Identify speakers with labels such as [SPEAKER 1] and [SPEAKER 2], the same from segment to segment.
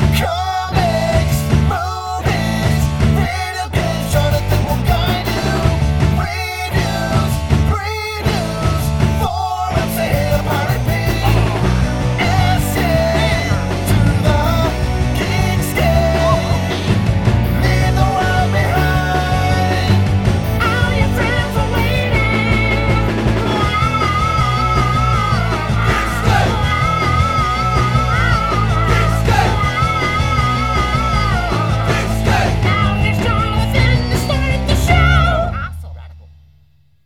[SPEAKER 1] Comics, movies, video games, Jonathan will guide you. Reviews, previews, forums, they hit a pirate beat. Essay to the geek scale. Leave the world behind. All your friends are waiting. Geek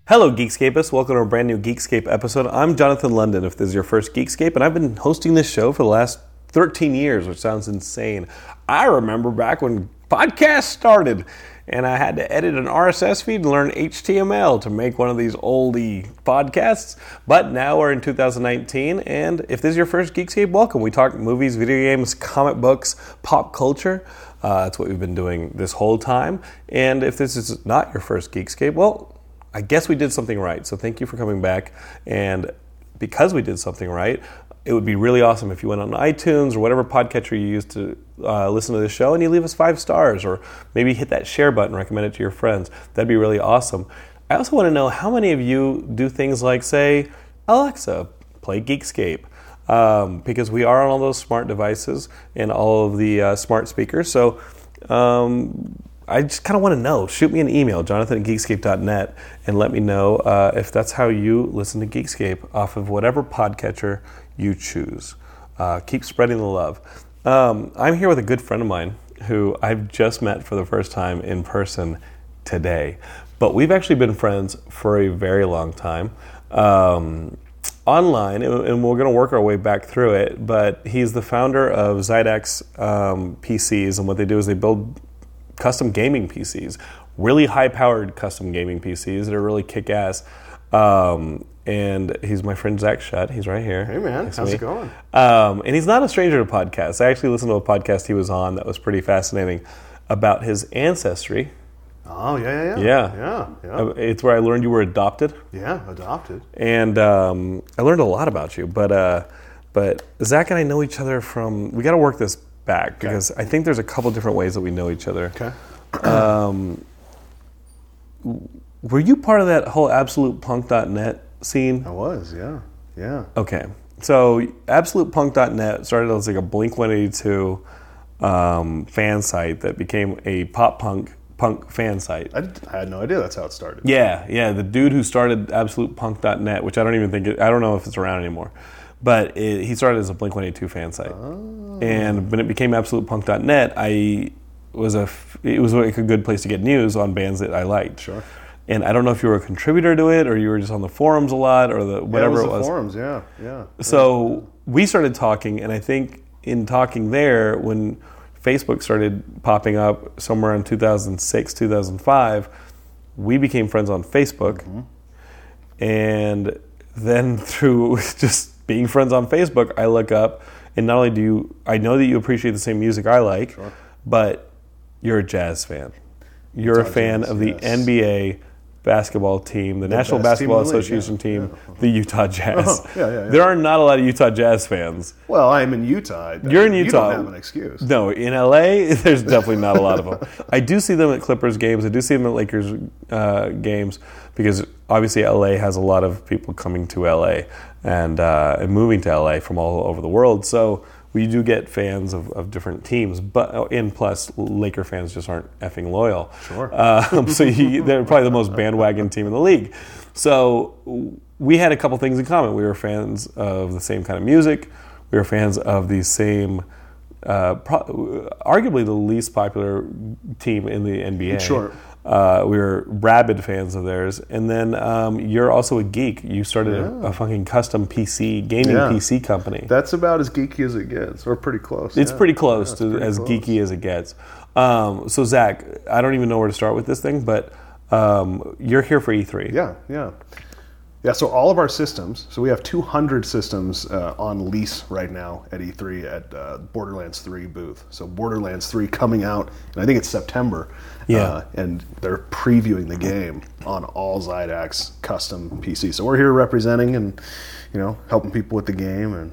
[SPEAKER 2] Hello, Geekscapists. Welcome to a brand new Geekscape episode. I'm Jonathan London, if this is your first Geekscape, and I've been hosting this show for the last 13 years, which sounds insane. I remember back when podcasts started, and I had to edit an RSS feed and learn HTML to make one of these oldie podcasts. But now we're in 2019, and if this is your first Geekscape, welcome. We talk movies, video games, comic books, pop culture. Uh, that's what we've been doing this whole time. And if this is not your first Geekscape, well, I guess we did something right. So thank you for coming back. And because we did something right, it would be really awesome if you went on iTunes or whatever podcatcher you use to uh, listen to this show and you leave us five stars or maybe hit that share button, recommend it to your friends. That'd be really awesome. I also want to know how many of you do things like, say, Alexa, play Geekscape um, because we are on all those smart devices and all of the uh, smart speakers. So um, I just kind of want to know. Shoot me an email, jonathan at geekscape.net, and let me know uh, if that's how you listen to Geekscape off of whatever podcatcher you choose. Uh, keep spreading the love. Um, I'm here with a good friend of mine who I've just met for the first time in person today, but we've actually been friends for a very long time. Um, online, and and we're going to work our way back through it. But he's the founder of Zydex um, PCs, and what they do is they build custom gaming PCs, really high-powered custom gaming PCs that are really kick-ass. Um, and he's my friend Zach Shutt. He's right here. Hey
[SPEAKER 3] man, how's it going?
[SPEAKER 2] um, and he's not a stranger to podcasts. I actually listened to a podcast he was on that was pretty fascinating about his ancestry.
[SPEAKER 3] Oh yeah, yeah,
[SPEAKER 2] Yeah.
[SPEAKER 3] yeah, yeah, yeah,
[SPEAKER 2] Uh, It's where I learned you were adopted.
[SPEAKER 3] yeah. Adopted.
[SPEAKER 2] and um, I learned a lot about you. But uh, but Zach and I know each other from. We got to work this back because I think there's a couple different ways that we know each other. Um,
[SPEAKER 3] Okay.
[SPEAKER 2] Were you part of that whole AbsolutePunk.net scene?
[SPEAKER 3] I was. Yeah, yeah.
[SPEAKER 2] Okay. So AbsolutePunk.net started as like a Blink 182 um, fan site that became a pop punk punk fan site.
[SPEAKER 3] I, d- I had no idea that's how it started.
[SPEAKER 2] Yeah, yeah. The dude who started AbsolutePunk.net, which I don't even think it, I don't know if it's around anymore, but it, he started as a Blink One Eight Two fan site,
[SPEAKER 3] Oh.
[SPEAKER 2] and when it became AbsolutePunk.net, I was a f- it was like a good place to get news on bands that I liked.
[SPEAKER 3] Sure.
[SPEAKER 2] And I don't know if you were a contributor to it, or you were just on the forums a lot, or the
[SPEAKER 3] Yeah,
[SPEAKER 2] whatever it
[SPEAKER 3] it was. the
[SPEAKER 2] was.
[SPEAKER 3] forums. Yeah, yeah.
[SPEAKER 2] So we started talking, and I think in talking there, when Facebook started popping up somewhere in 2006, 2005, we became friends on Facebook.
[SPEAKER 3] Mm-hmm.
[SPEAKER 2] And then through just being friends on Facebook, I look up, and not only do you, I know that you appreciate the same music I like, but you're a jazz fan. You're a fan
[SPEAKER 3] jazz,
[SPEAKER 2] of the
[SPEAKER 3] yes.
[SPEAKER 2] NBA basketball team, the, National
[SPEAKER 3] best team in
[SPEAKER 2] Basketball
[SPEAKER 3] the league,
[SPEAKER 2] Association
[SPEAKER 3] yeah,
[SPEAKER 2] team, the Utah Jazz.
[SPEAKER 3] Oh, yeah, yeah, yeah.
[SPEAKER 2] There are not a lot of Utah Jazz fans.
[SPEAKER 3] Well, I'm in Utah.
[SPEAKER 2] You're in
[SPEAKER 3] You
[SPEAKER 2] Utah.
[SPEAKER 3] don't have an excuse.
[SPEAKER 2] No, in LA, there's definitely not a lot of them. I do see them at Clippers games. I do see them at Lakers uh, games because obviously LA has a lot of people coming to LA and, uh, and moving to LA from all over the world. So we do get fans of, of different teams, but oh, and plus Laker fans just aren't effing loyal. Sure. Uh, so you, they're probably the most bandwagon team in the league. So w- we had a couple things in common. We were fans of the same kind of music. We were fans of the same uh, pro- arguably the least popular team in the NBA.
[SPEAKER 3] Sure.
[SPEAKER 2] Uh, we were rabid fans of theirs, and then um, you're also a geek. You started a, a fucking custom PC gaming
[SPEAKER 3] Yeah.
[SPEAKER 2] PC company.
[SPEAKER 3] That's about as geeky as it gets, or pretty close.
[SPEAKER 2] it's
[SPEAKER 3] yeah.
[SPEAKER 2] pretty close
[SPEAKER 3] Yeah, it's
[SPEAKER 2] to
[SPEAKER 3] pretty
[SPEAKER 2] as
[SPEAKER 3] close.
[SPEAKER 2] geeky as it gets. Um, so Zach, I don't even know where to start with this thing, but um, you're here for E3.
[SPEAKER 3] Yeah, yeah. Yeah, so all of our systems, so we have 200 systems uh, on lease right now at E3 at uh, Borderlands 3 booth. So Borderlands 3 coming out, and I think it's September. uh,
[SPEAKER 2] Yeah.
[SPEAKER 3] and they're previewing the game on all Zydax custom PC. So we're here representing and, you know, helping people with the game and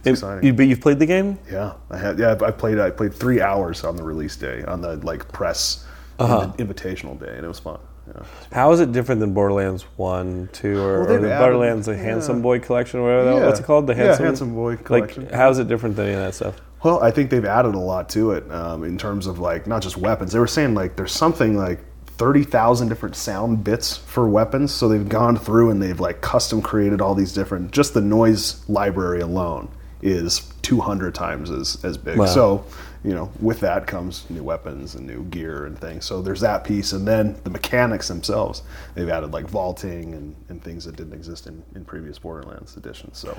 [SPEAKER 3] it's
[SPEAKER 2] It-
[SPEAKER 3] exciting.
[SPEAKER 2] you, but you've played the game.
[SPEAKER 3] Yeah, I had. Yeah, I played. I played three hours on the release day, on the like press invi- invitational day, and it was fun. Yeah.
[SPEAKER 2] How is it different than Borderlands One, Two, or, or
[SPEAKER 3] Well, they've
[SPEAKER 2] the
[SPEAKER 3] added-
[SPEAKER 2] Borderlands the
[SPEAKER 3] yeah.
[SPEAKER 2] Handsome Boy collection, or whatever? that
[SPEAKER 3] Yeah.
[SPEAKER 2] What's it called? The
[SPEAKER 3] Yeah,
[SPEAKER 2] Handsome,
[SPEAKER 3] Handsome Boy collection.
[SPEAKER 2] Like, how is it different than any of that stuff?
[SPEAKER 3] Well, I think they've added a lot to it um, in terms of like not just weapons. They were saying like there's something like thirty thousand different sound bits for weapons. So they've gone through and they've like custom created all these different. Just the noise library alone is two hundred times as as big.
[SPEAKER 2] Wow.
[SPEAKER 3] So you know with that comes new weapons and new gear and things. So there's that piece, and then the mechanics themselves. They've added like vaulting and, and things that didn't exist in in previous Borderlands editions. So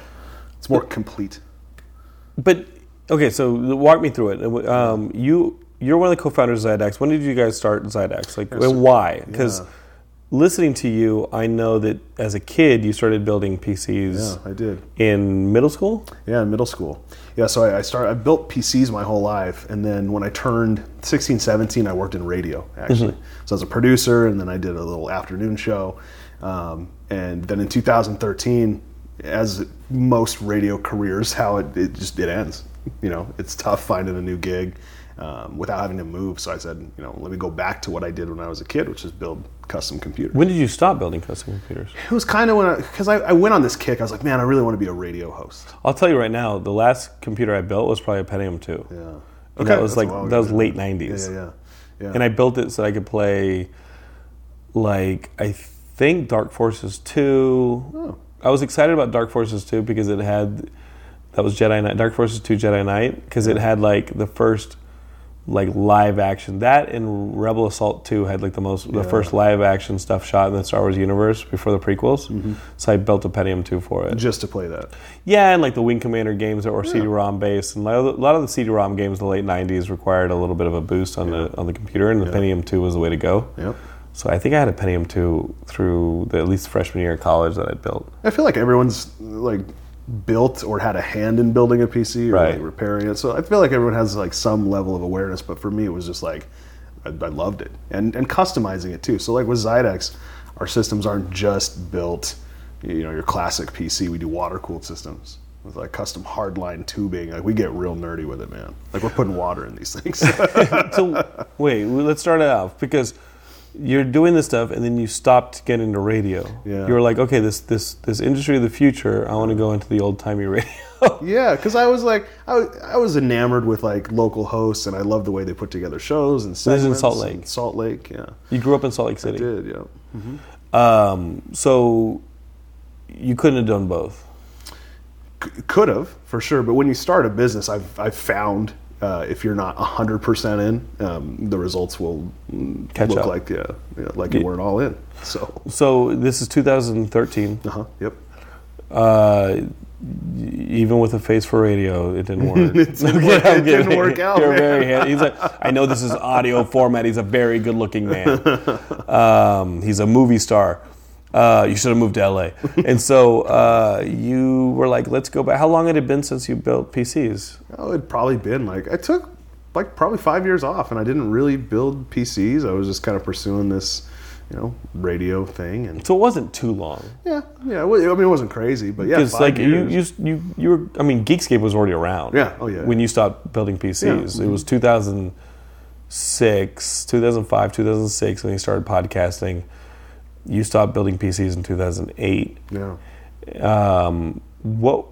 [SPEAKER 3] it's more complete.
[SPEAKER 2] But okay, so walk me through it. Um, you you're one of the co-founders of Zydex. When did you guys start Zydex? Like, and why? Because listening to you, I know that as a kid you started building PCs.
[SPEAKER 3] Yeah, I did.
[SPEAKER 2] in middle school.
[SPEAKER 3] Yeah, in middle school. Yeah, so I, I started. I built PCs my whole life, and then when I turned 16, 17, I worked in radio actually.
[SPEAKER 2] Mm-hmm.
[SPEAKER 3] So I was a producer, and then I did a little afternoon show, um, and then in 2013, as most radio careers, how it, it just it ends. You know, it's tough finding a new gig um, without having to move. So I said, you know, let me go back to what I did when I was a kid, which is build custom computers
[SPEAKER 2] When did you stop building custom computers?
[SPEAKER 3] it was kind of when I, because I, I went on this kick. I was like, man, I really want to be a radio host.
[SPEAKER 2] I'll tell you right now, the last computer I built was probably a Pentium 2. Yeah. And
[SPEAKER 3] Okay,
[SPEAKER 2] that was
[SPEAKER 3] that's a
[SPEAKER 2] like
[SPEAKER 3] while
[SPEAKER 2] that
[SPEAKER 3] ago.
[SPEAKER 2] was late 90s.
[SPEAKER 3] Yeah, yeah, yeah.
[SPEAKER 2] And I built it so I could play like I think Dark Forces 2. I was excited about Dark Forces 2 because it had that was Jedi Knight Dark Forces 2 Jedi Knight because it had like the first like live action that and Rebel Assault 2 had like the most the first live action stuff shot in the Star Wars universe before the prequels. So I built a Pentium 2 for it.
[SPEAKER 3] just to play that.
[SPEAKER 2] Yeah, and like the Wing Commander games that were CD-ROM based, and like, a lot of the CD-ROM games in the late '90s required a little bit of a boost on the on the computer, and the Pentium 2 was the way to go.
[SPEAKER 3] Yep.
[SPEAKER 2] So I think I had a Pentium 2 through the at least freshman year of college that I built.
[SPEAKER 3] I feel like everyone's like built or had a hand in building a PC or
[SPEAKER 2] Right.
[SPEAKER 3] like, repairing it. So I feel like everyone has like some level of awareness. But for me, it was just like I, I loved it and and customizing it too. So like with Zydex, our systems aren't just built, you know, your classic PC. We do water cooled systems. With like custom hardline tubing, like we get real nerdy with it, man. Like we're putting water in these things.
[SPEAKER 2] So wait, we- let's start it off because you're doing this stuff, and then you stopped getting into radio.
[SPEAKER 3] Yeah.
[SPEAKER 2] You were like, okay, this this this industry of the future. I want to go into the old timey radio.
[SPEAKER 3] Yeah, because I was like, I was, I was enamored with like local hosts, and I love the way they put together shows and
[SPEAKER 2] is
[SPEAKER 3] segments.
[SPEAKER 2] in Salt
[SPEAKER 3] and
[SPEAKER 2] Lake.
[SPEAKER 3] Salt Lake, yeah,
[SPEAKER 2] you grew up in Salt Lake
[SPEAKER 3] I
[SPEAKER 2] City.
[SPEAKER 3] did, yeah.
[SPEAKER 2] Um, so you couldn't have done both.
[SPEAKER 3] C- could have for sure, but when you start a business, I've I've found uh, if you're not hundred percent in, um, the results will mm,
[SPEAKER 2] Catch
[SPEAKER 3] look
[SPEAKER 2] up.
[SPEAKER 3] like yeah, yeah, like you weren't all in. So,
[SPEAKER 2] So this is 2013.
[SPEAKER 3] uh huh, yep.
[SPEAKER 2] Uh, y- even with a face for radio, it didn't work. it
[SPEAKER 3] didn't work- it didn't work out,
[SPEAKER 2] You're
[SPEAKER 3] man.
[SPEAKER 2] very hand- he's like, I know this is audio format. He's a very good-looking man. Um, he's a movie star. Uh, you should have moved to LA. And so uh, you were like, let's go back. How long had it been since you built PCs?
[SPEAKER 3] Oh, it'd probably been like I took like probably five years off, and I didn't really build PCs. I was just kind of pursuing this you know radio thing and
[SPEAKER 2] So it wasn't too long.
[SPEAKER 3] yeah yeah it wa- I mean it wasn't crazy but yeah
[SPEAKER 2] Because
[SPEAKER 3] five
[SPEAKER 2] like you,
[SPEAKER 3] years.
[SPEAKER 2] you you you were I mean Geekscape was already around.
[SPEAKER 3] Yeah, oh, yeah, mm-hmm.
[SPEAKER 2] When
[SPEAKER 3] yeah.
[SPEAKER 2] you stopped building PCs, it was 2006, 2005, 2006 when you started podcasting. You stopped building PCs in 2008.
[SPEAKER 3] yeah
[SPEAKER 2] Um, what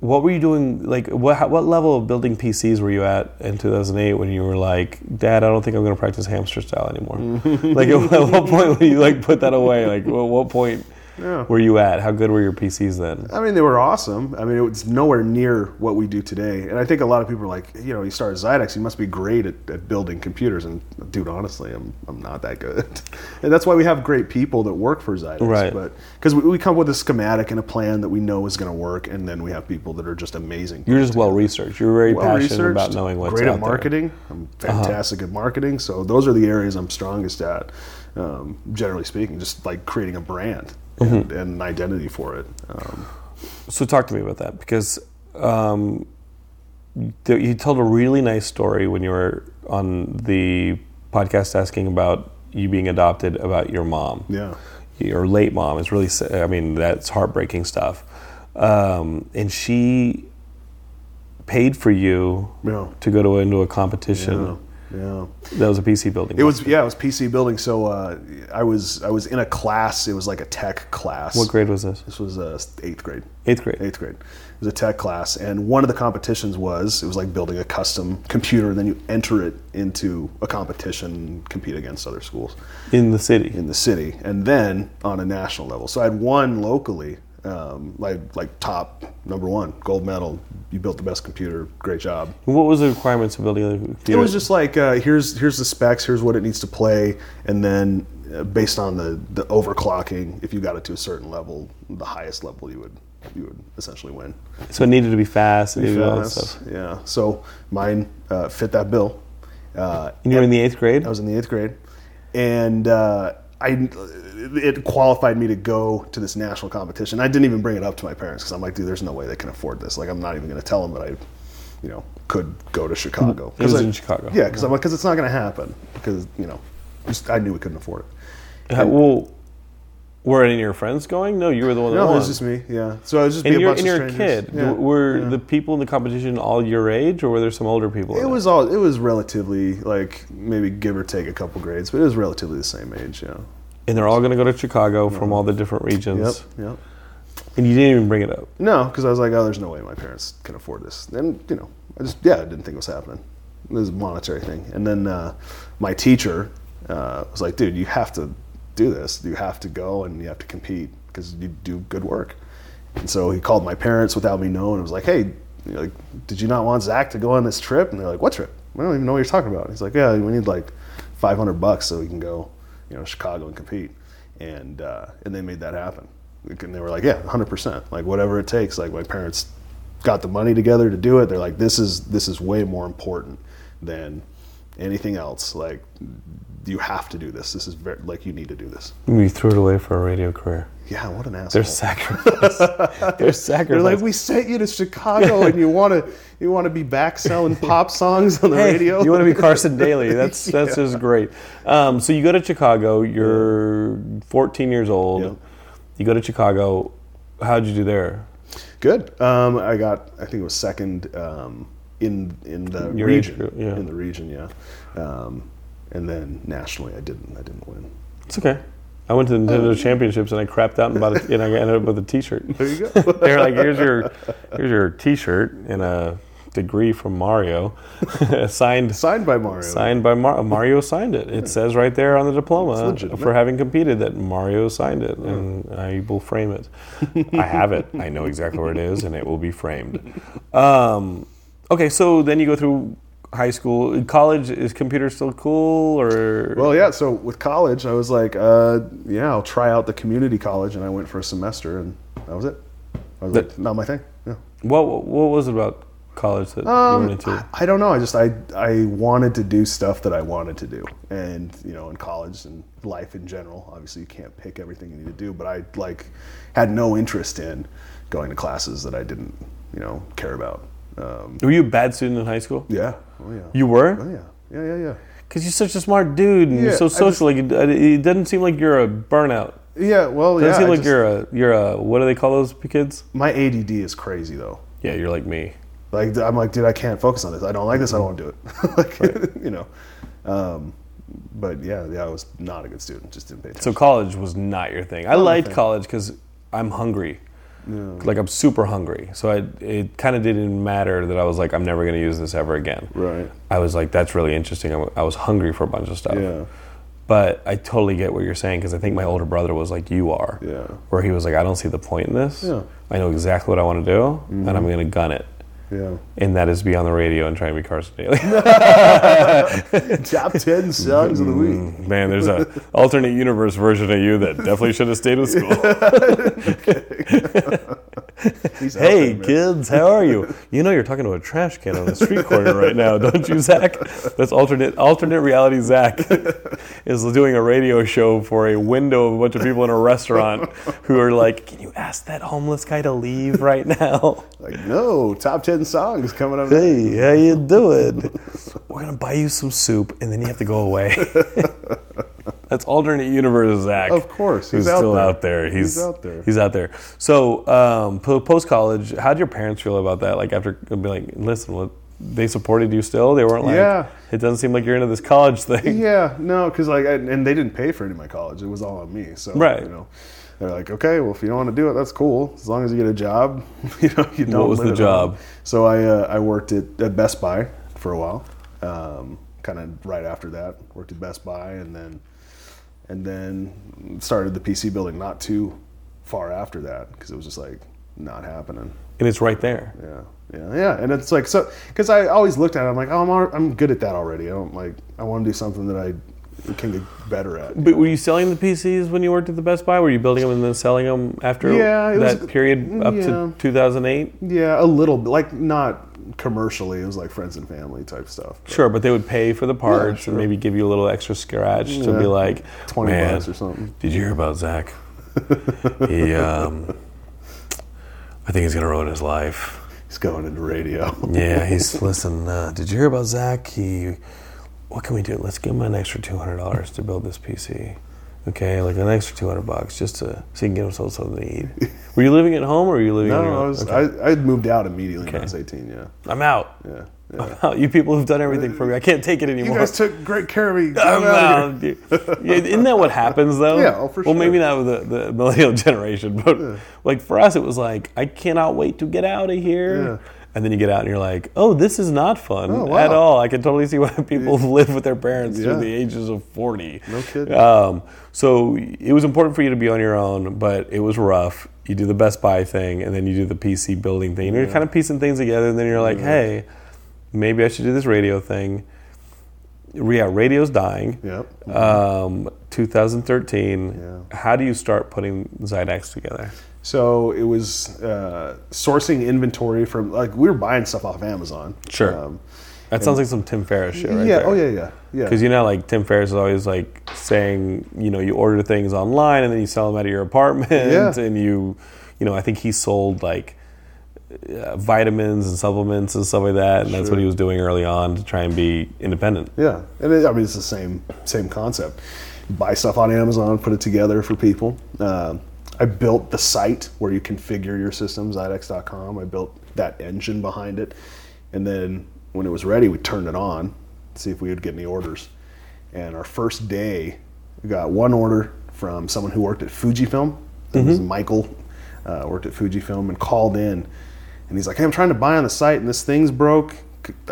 [SPEAKER 2] what were you doing? Like what how- what level of building PCs were you at in 2008 when you were like, Dad, I don't think I'm going to practice hamster style anymore. like at what- what point when you like put that away? Like what, what point? Were you at? How good were your PCs then?
[SPEAKER 3] I mean, they were awesome. I mean, it was nowhere near what we do today. And I think a lot of people are like, you know, you started Zydex, you must be great at, at building computers. And dude, honestly, I'm, I'm not that good. and that's why we have great people that work for Zydex.
[SPEAKER 2] Right.
[SPEAKER 3] But because we, we come with a schematic and a plan that we know is going to work, and then we have people that are just amazing.
[SPEAKER 2] You're just well researched. You're very passionate about
[SPEAKER 3] Well-researched,
[SPEAKER 2] knowing what's
[SPEAKER 3] great
[SPEAKER 2] out
[SPEAKER 3] at
[SPEAKER 2] there. Uh-huh.
[SPEAKER 3] marketing. I'm fantastic at marketing. So those are the areas I'm strongest at. Um, generally speaking, just like creating a brand and,
[SPEAKER 2] Mm-hmm.
[SPEAKER 3] and an identity for it. Um,
[SPEAKER 2] So talk to me about that because um, th- you told a really nice story when you were on the podcast asking about you being adopted about your mom.
[SPEAKER 3] yeah.
[SPEAKER 2] Your late mom is really. sa- I mean, that's heartbreaking stuff. Um, and she paid for you
[SPEAKER 3] Yeah.
[SPEAKER 2] to go to into a competition
[SPEAKER 3] Yeah.
[SPEAKER 2] that was a PC building.
[SPEAKER 3] It was yeah, it was PC building. So uh, I was I was in a class. It was like a tech class.
[SPEAKER 2] What grade was this?
[SPEAKER 3] This was uh, eighth grade.
[SPEAKER 2] Eighth grade.
[SPEAKER 3] Eighth grade. It was a tech class, and one of the competitions was it was like building a custom computer, and then you enter it into a competition, and compete against other schools
[SPEAKER 2] in the city.
[SPEAKER 3] in the city, and then on a national level. So I had won locally, um, like like top number one, gold medal. You built the best computer. Great job.
[SPEAKER 2] what was the requirements of building a computer?
[SPEAKER 3] It was just like uh, here's here's the specs, here's what it needs to play, and then uh, based on the the overclocking, if you got it to a certain level, the highest level, you would you would essentially win.
[SPEAKER 2] so it needed to be fast. It needed all that
[SPEAKER 3] Fast,
[SPEAKER 2] stuff.
[SPEAKER 3] Yeah. So mine uh, fit that bill. Uh,
[SPEAKER 2] And you were in the eighth grade.
[SPEAKER 3] I was in the eighth grade, and uh, I it qualified me to go to this national competition. I didn't even bring it up to my parents because I'm like, dude, there's no way they can afford this. Like, I'm not even going to tell them that I, you know, could go to Chicago. 'Cause
[SPEAKER 2] was
[SPEAKER 3] I-
[SPEAKER 2] in Chicago.
[SPEAKER 3] Yeah, because I'm like, because it's not going to happen. Because you know, just, I knew we couldn't afford it.
[SPEAKER 2] Uh, well, were any of your friends going? No, you were the one that
[SPEAKER 3] No,
[SPEAKER 2] won.
[SPEAKER 3] it was just me. Yeah. So I was just
[SPEAKER 2] um, And
[SPEAKER 3] being a
[SPEAKER 2] you're,
[SPEAKER 3] bunch
[SPEAKER 2] and
[SPEAKER 3] of
[SPEAKER 2] you're a
[SPEAKER 3] strangers.
[SPEAKER 2] kid.
[SPEAKER 3] Yeah.
[SPEAKER 2] W- Were the people in the competition all your age, or were there some older people? in
[SPEAKER 3] It was all. It was relatively like maybe give or take a couple grades, but it was relatively the same age. Yeah.
[SPEAKER 2] And they're all going to go to Chicago from all the different regions.
[SPEAKER 3] Yep.
[SPEAKER 2] And you didn't even bring it up.
[SPEAKER 3] No, because I was like, oh, there's no way my parents can afford this. And, you know, I just, yeah, I didn't think it was happening. It was a monetary thing. And then uh, my teacher uh, was like, dude, you have to do this. You have to go and you have to compete because you do good work. And so he called my parents without me knowing and was like, hey, you know, like, did you not want Zach to go on this trip? And they're like, what trip? I don't even know what you're talking about. And he's like, yeah, we need like 500 bucks so we can go, you know, Chicago and compete. And, uh, and they made that happen. And they were like, yeah, 100%. Like whatever it takes. Like my parents got the money together to do it. They're like, this is, this is way more important than anything else. Like you have to do this. This is very, like, you need to do this.
[SPEAKER 2] And you threw it away for a radio career.
[SPEAKER 3] Yeah. What an asshole.
[SPEAKER 2] There's sacrifice. There's sacrifice.
[SPEAKER 3] They're like, we sent you to Chicago, and you want to you want to be back selling pop songs on the
[SPEAKER 2] Hey,
[SPEAKER 3] radio.
[SPEAKER 2] You want to be Carson Daly? That's that's just great. Um, so you go to Chicago. You're 14 years old.
[SPEAKER 3] Yep.
[SPEAKER 2] You go to Chicago. How'd you do there?
[SPEAKER 3] good? Um, I got, I think it was second um, in in the
[SPEAKER 2] Your age
[SPEAKER 3] region.
[SPEAKER 2] group, yeah.
[SPEAKER 3] In the region, yeah. Um, and then nationally, I didn't. I didn't win.
[SPEAKER 2] It's okay. I went to the Nintendo Championships and I crapped out and bought a, and I ended up with a T-shirt.
[SPEAKER 3] Uh. There you go.
[SPEAKER 2] They were like, "Here's your here's your T-shirt and a degree from Mario, signed
[SPEAKER 3] Signed by Mario.
[SPEAKER 2] signed by Mar- Mario signed it. It says right there on the diploma
[SPEAKER 3] legitimate.
[SPEAKER 2] for having competed that Mario signed it, and I will frame it. I have it. I know exactly where it is, and it will be framed. Um, okay, so then you go through high school, college. Is computer still cool or?
[SPEAKER 3] Well, yeah. So with college, I was like, uh, yeah, I'll try out the community college, and I went for a semester, and that was it. I was like,
[SPEAKER 2] That-
[SPEAKER 3] not my thing. Yeah.
[SPEAKER 2] What what was it about college that you went into?
[SPEAKER 3] Um, I don't know. I just I I wanted to do stuff that I wanted to do, and you know, in college and life in general, obviously you can't pick everything you need to do. But I like had no interest in going to classes that I didn't you know care about. Um,
[SPEAKER 2] Were you a bad student in high school?
[SPEAKER 3] yeah. Oh yeah.
[SPEAKER 2] You were?
[SPEAKER 3] Oh yeah. Yeah yeah yeah.
[SPEAKER 2] Because you're such a smart dude and you're
[SPEAKER 3] Yeah,
[SPEAKER 2] so
[SPEAKER 3] I just-
[SPEAKER 2] social. like it, it doesn't seem like you're a burnout.
[SPEAKER 3] Yeah, well,
[SPEAKER 2] It
[SPEAKER 3] yeah.
[SPEAKER 2] doesn't seem
[SPEAKER 3] I
[SPEAKER 2] like
[SPEAKER 3] just-
[SPEAKER 2] you're a you're a what do they call those kids?
[SPEAKER 3] my ADD is crazy though.
[SPEAKER 2] Yeah, you're like me.
[SPEAKER 3] Like I'm like, dude, I can't focus on this. I don't like this. I don't want to do it. like, you know. Um, but yeah, yeah, I was not a good student. Just didn't pay attention.
[SPEAKER 2] So college was not your thing. I liked college because I'm hungry. Like I'm super hungry. So I, it kind of didn't matter that I was like, I'm never going to use this ever again.
[SPEAKER 3] Right.
[SPEAKER 2] I was like, that's really interesting. I, w- I was hungry for a bunch of stuff.
[SPEAKER 3] Yeah.
[SPEAKER 2] But I totally get what you're saying because I think my older brother was like, you are.
[SPEAKER 3] Yeah.
[SPEAKER 2] Where he was like, I don't see the point in this.
[SPEAKER 3] Yeah. Mm-hmm.
[SPEAKER 2] I know exactly what I want to do and I'm going to gun it.
[SPEAKER 3] yeah.
[SPEAKER 2] And that is be on the radio and try and be Carson Daly.
[SPEAKER 3] Top ten songs of the week.
[SPEAKER 2] Man, there's a alternate universe version of you that definitely should have stayed in school.
[SPEAKER 3] He's out
[SPEAKER 2] hey
[SPEAKER 3] there, man.
[SPEAKER 2] kids, how are you? You know you're talking to a trash can on the street corner right now, don't you, Zach? That's alternate alternate reality. Zach is doing a radio show for a window of a bunch of people in a restaurant who are like, "Can you ask that homeless guy to leave right now?"
[SPEAKER 3] Like, no, top ten songs coming up.
[SPEAKER 2] Hey, how you doing? We're gonna buy you some soup, and then you have to go away. That's alternate universe, Zach.
[SPEAKER 3] Of course, he's
[SPEAKER 2] he's
[SPEAKER 3] out
[SPEAKER 2] still
[SPEAKER 3] there.
[SPEAKER 2] out there. He's,
[SPEAKER 3] He's out there.
[SPEAKER 2] He's out there. So, um, post college, how did your parents feel about that? Like after being like, listen, what they supported you still? They weren't like,
[SPEAKER 3] Yeah.
[SPEAKER 2] it doesn't seem like you're into this college thing.
[SPEAKER 3] Yeah, no, because like, I, and they didn't pay for any of my college. It was all on me. So
[SPEAKER 2] Right.
[SPEAKER 3] you know, they're like, okay, well, if you don't want to do it, that's cool. As long as you get a job, you know, you don't.
[SPEAKER 2] was
[SPEAKER 3] live
[SPEAKER 2] the
[SPEAKER 3] at home.
[SPEAKER 2] job?
[SPEAKER 3] So I uh, I worked at, at Best Buy for a while. Um, kind of right after that, worked at Best Buy, and then and then started the PC building not too far after that because it was just like not happening.
[SPEAKER 2] And it's right there.
[SPEAKER 3] Yeah, yeah, yeah. And it's like so because I always looked at it. I'm like, oh, I'm al- I'm good at that already. I don't like I want to do something that I can get better at.
[SPEAKER 2] But were you selling the PCs when you worked at the Best Buy? Were you building them and then selling them after
[SPEAKER 3] Yeah, it was-
[SPEAKER 2] that period up
[SPEAKER 3] yeah.
[SPEAKER 2] to 2008?
[SPEAKER 3] Yeah, a little bit. Like not commercially. It was like friends and family type stuff. but
[SPEAKER 2] Sure, but they would pay for the parts and maybe give you a little extra scratch to be
[SPEAKER 3] Yeah.
[SPEAKER 2] like
[SPEAKER 3] 20
[SPEAKER 2] "Man,
[SPEAKER 3] bucks or something."
[SPEAKER 2] Did you hear about Zach? he, um, I think he's gonna ruin his life.
[SPEAKER 3] He's going into radio.
[SPEAKER 2] Yeah, he's listen. Uh, did you hear about Zach? He, what can we do? Let's give him an extra two hundred dollars to build this PC. Okay, like an extra two hundred bucks just to so he can get himself something to eat. Were you living at home or were you living? in your
[SPEAKER 3] no, I
[SPEAKER 2] own-
[SPEAKER 3] was
[SPEAKER 2] Okay.
[SPEAKER 3] I I moved out immediately when
[SPEAKER 2] Okay.
[SPEAKER 3] I was 18. Yeah,
[SPEAKER 2] I'm out.
[SPEAKER 3] yeah.
[SPEAKER 2] I'm out. You people who've done everything for me, I can't take it
[SPEAKER 3] You
[SPEAKER 2] anymore.
[SPEAKER 3] guys took great care of me.
[SPEAKER 2] I'm
[SPEAKER 3] Get out of
[SPEAKER 2] out, dude. Yeah, isn't that what happens though?
[SPEAKER 3] Yeah, oh, for
[SPEAKER 2] Well,
[SPEAKER 3] sure.
[SPEAKER 2] maybe not with the, the millennial generation, but like for us, it was like, I cannot wait to get out of here.
[SPEAKER 3] Yeah.
[SPEAKER 2] And then you get out and you're like, oh, this is not fun
[SPEAKER 3] Oh, wow.
[SPEAKER 2] at all. I can totally see why people live with their parents
[SPEAKER 3] Yeah.
[SPEAKER 2] through the ages of 40.
[SPEAKER 3] No kidding.
[SPEAKER 2] Um, so it was important for you to be on your own, but it was rough. You do the Best Buy thing and then you do the PC building thing. You're kind of piecing things together and then you're like, hey, maybe I should do this radio thing. Yeah, radio's dying
[SPEAKER 3] Yep.
[SPEAKER 2] um, 2013.
[SPEAKER 3] Yeah.
[SPEAKER 2] How do you start putting Zydex together?
[SPEAKER 3] So it was uh, sourcing inventory from like we were buying stuff off Amazon. Um,
[SPEAKER 2] Sure. that sounds like some Tim Ferriss shit, right
[SPEAKER 3] yeah.
[SPEAKER 2] there.
[SPEAKER 3] Oh yeah. Yeah. Yeah.
[SPEAKER 2] Because you know, like Tim Ferriss is always like saying, you know, you order things online and then you sell them out of your apartment,
[SPEAKER 3] Yeah.
[SPEAKER 2] and you, you know, I think he sold like uh, vitamins and supplements and stuff like that, and that's what he was doing early on to try and be independent.
[SPEAKER 3] Yeah, and it, I mean it's the same same concept. Buy stuff on Amazon, put it together for people. Um I built the site where you configure your systems, IDEX.com. I built that engine behind it, and then when it was ready, we turned it on, see if we would get any orders. And our first day, we got one order from someone who worked at Fujifilm. It was Michael, uh, worked at Fujifilm, and called in and he's like, hey, I'm trying to buy on the site and this thing's broke.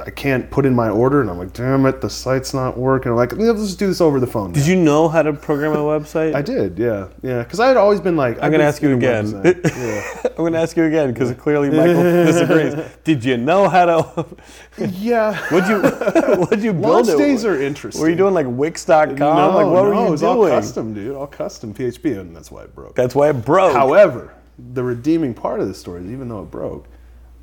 [SPEAKER 3] I can't put in my order. And I'm like, damn it, the site's not working. I'm like, let's just do this over the phone.
[SPEAKER 2] Did you know how to program a website?
[SPEAKER 3] I did, yeah. Yeah. Because I had always been like,
[SPEAKER 2] I'm
[SPEAKER 3] going
[SPEAKER 2] gonna
[SPEAKER 3] to
[SPEAKER 2] ask you again. I'm going to ask you again because clearly Michael disagrees. Did you know how to?
[SPEAKER 3] Yeah.
[SPEAKER 2] Would you? Would you build
[SPEAKER 3] Launch
[SPEAKER 2] it?
[SPEAKER 3] days
[SPEAKER 2] with?
[SPEAKER 3] are interesting.
[SPEAKER 2] Were you doing like Wix.com?
[SPEAKER 3] No,
[SPEAKER 2] like what
[SPEAKER 3] no,
[SPEAKER 2] were you
[SPEAKER 3] it was
[SPEAKER 2] doing?
[SPEAKER 3] all custom, dude. All custom PHP, and that's why it broke.
[SPEAKER 2] That's why it broke.
[SPEAKER 3] However, the redeeming part of the story is even though it broke,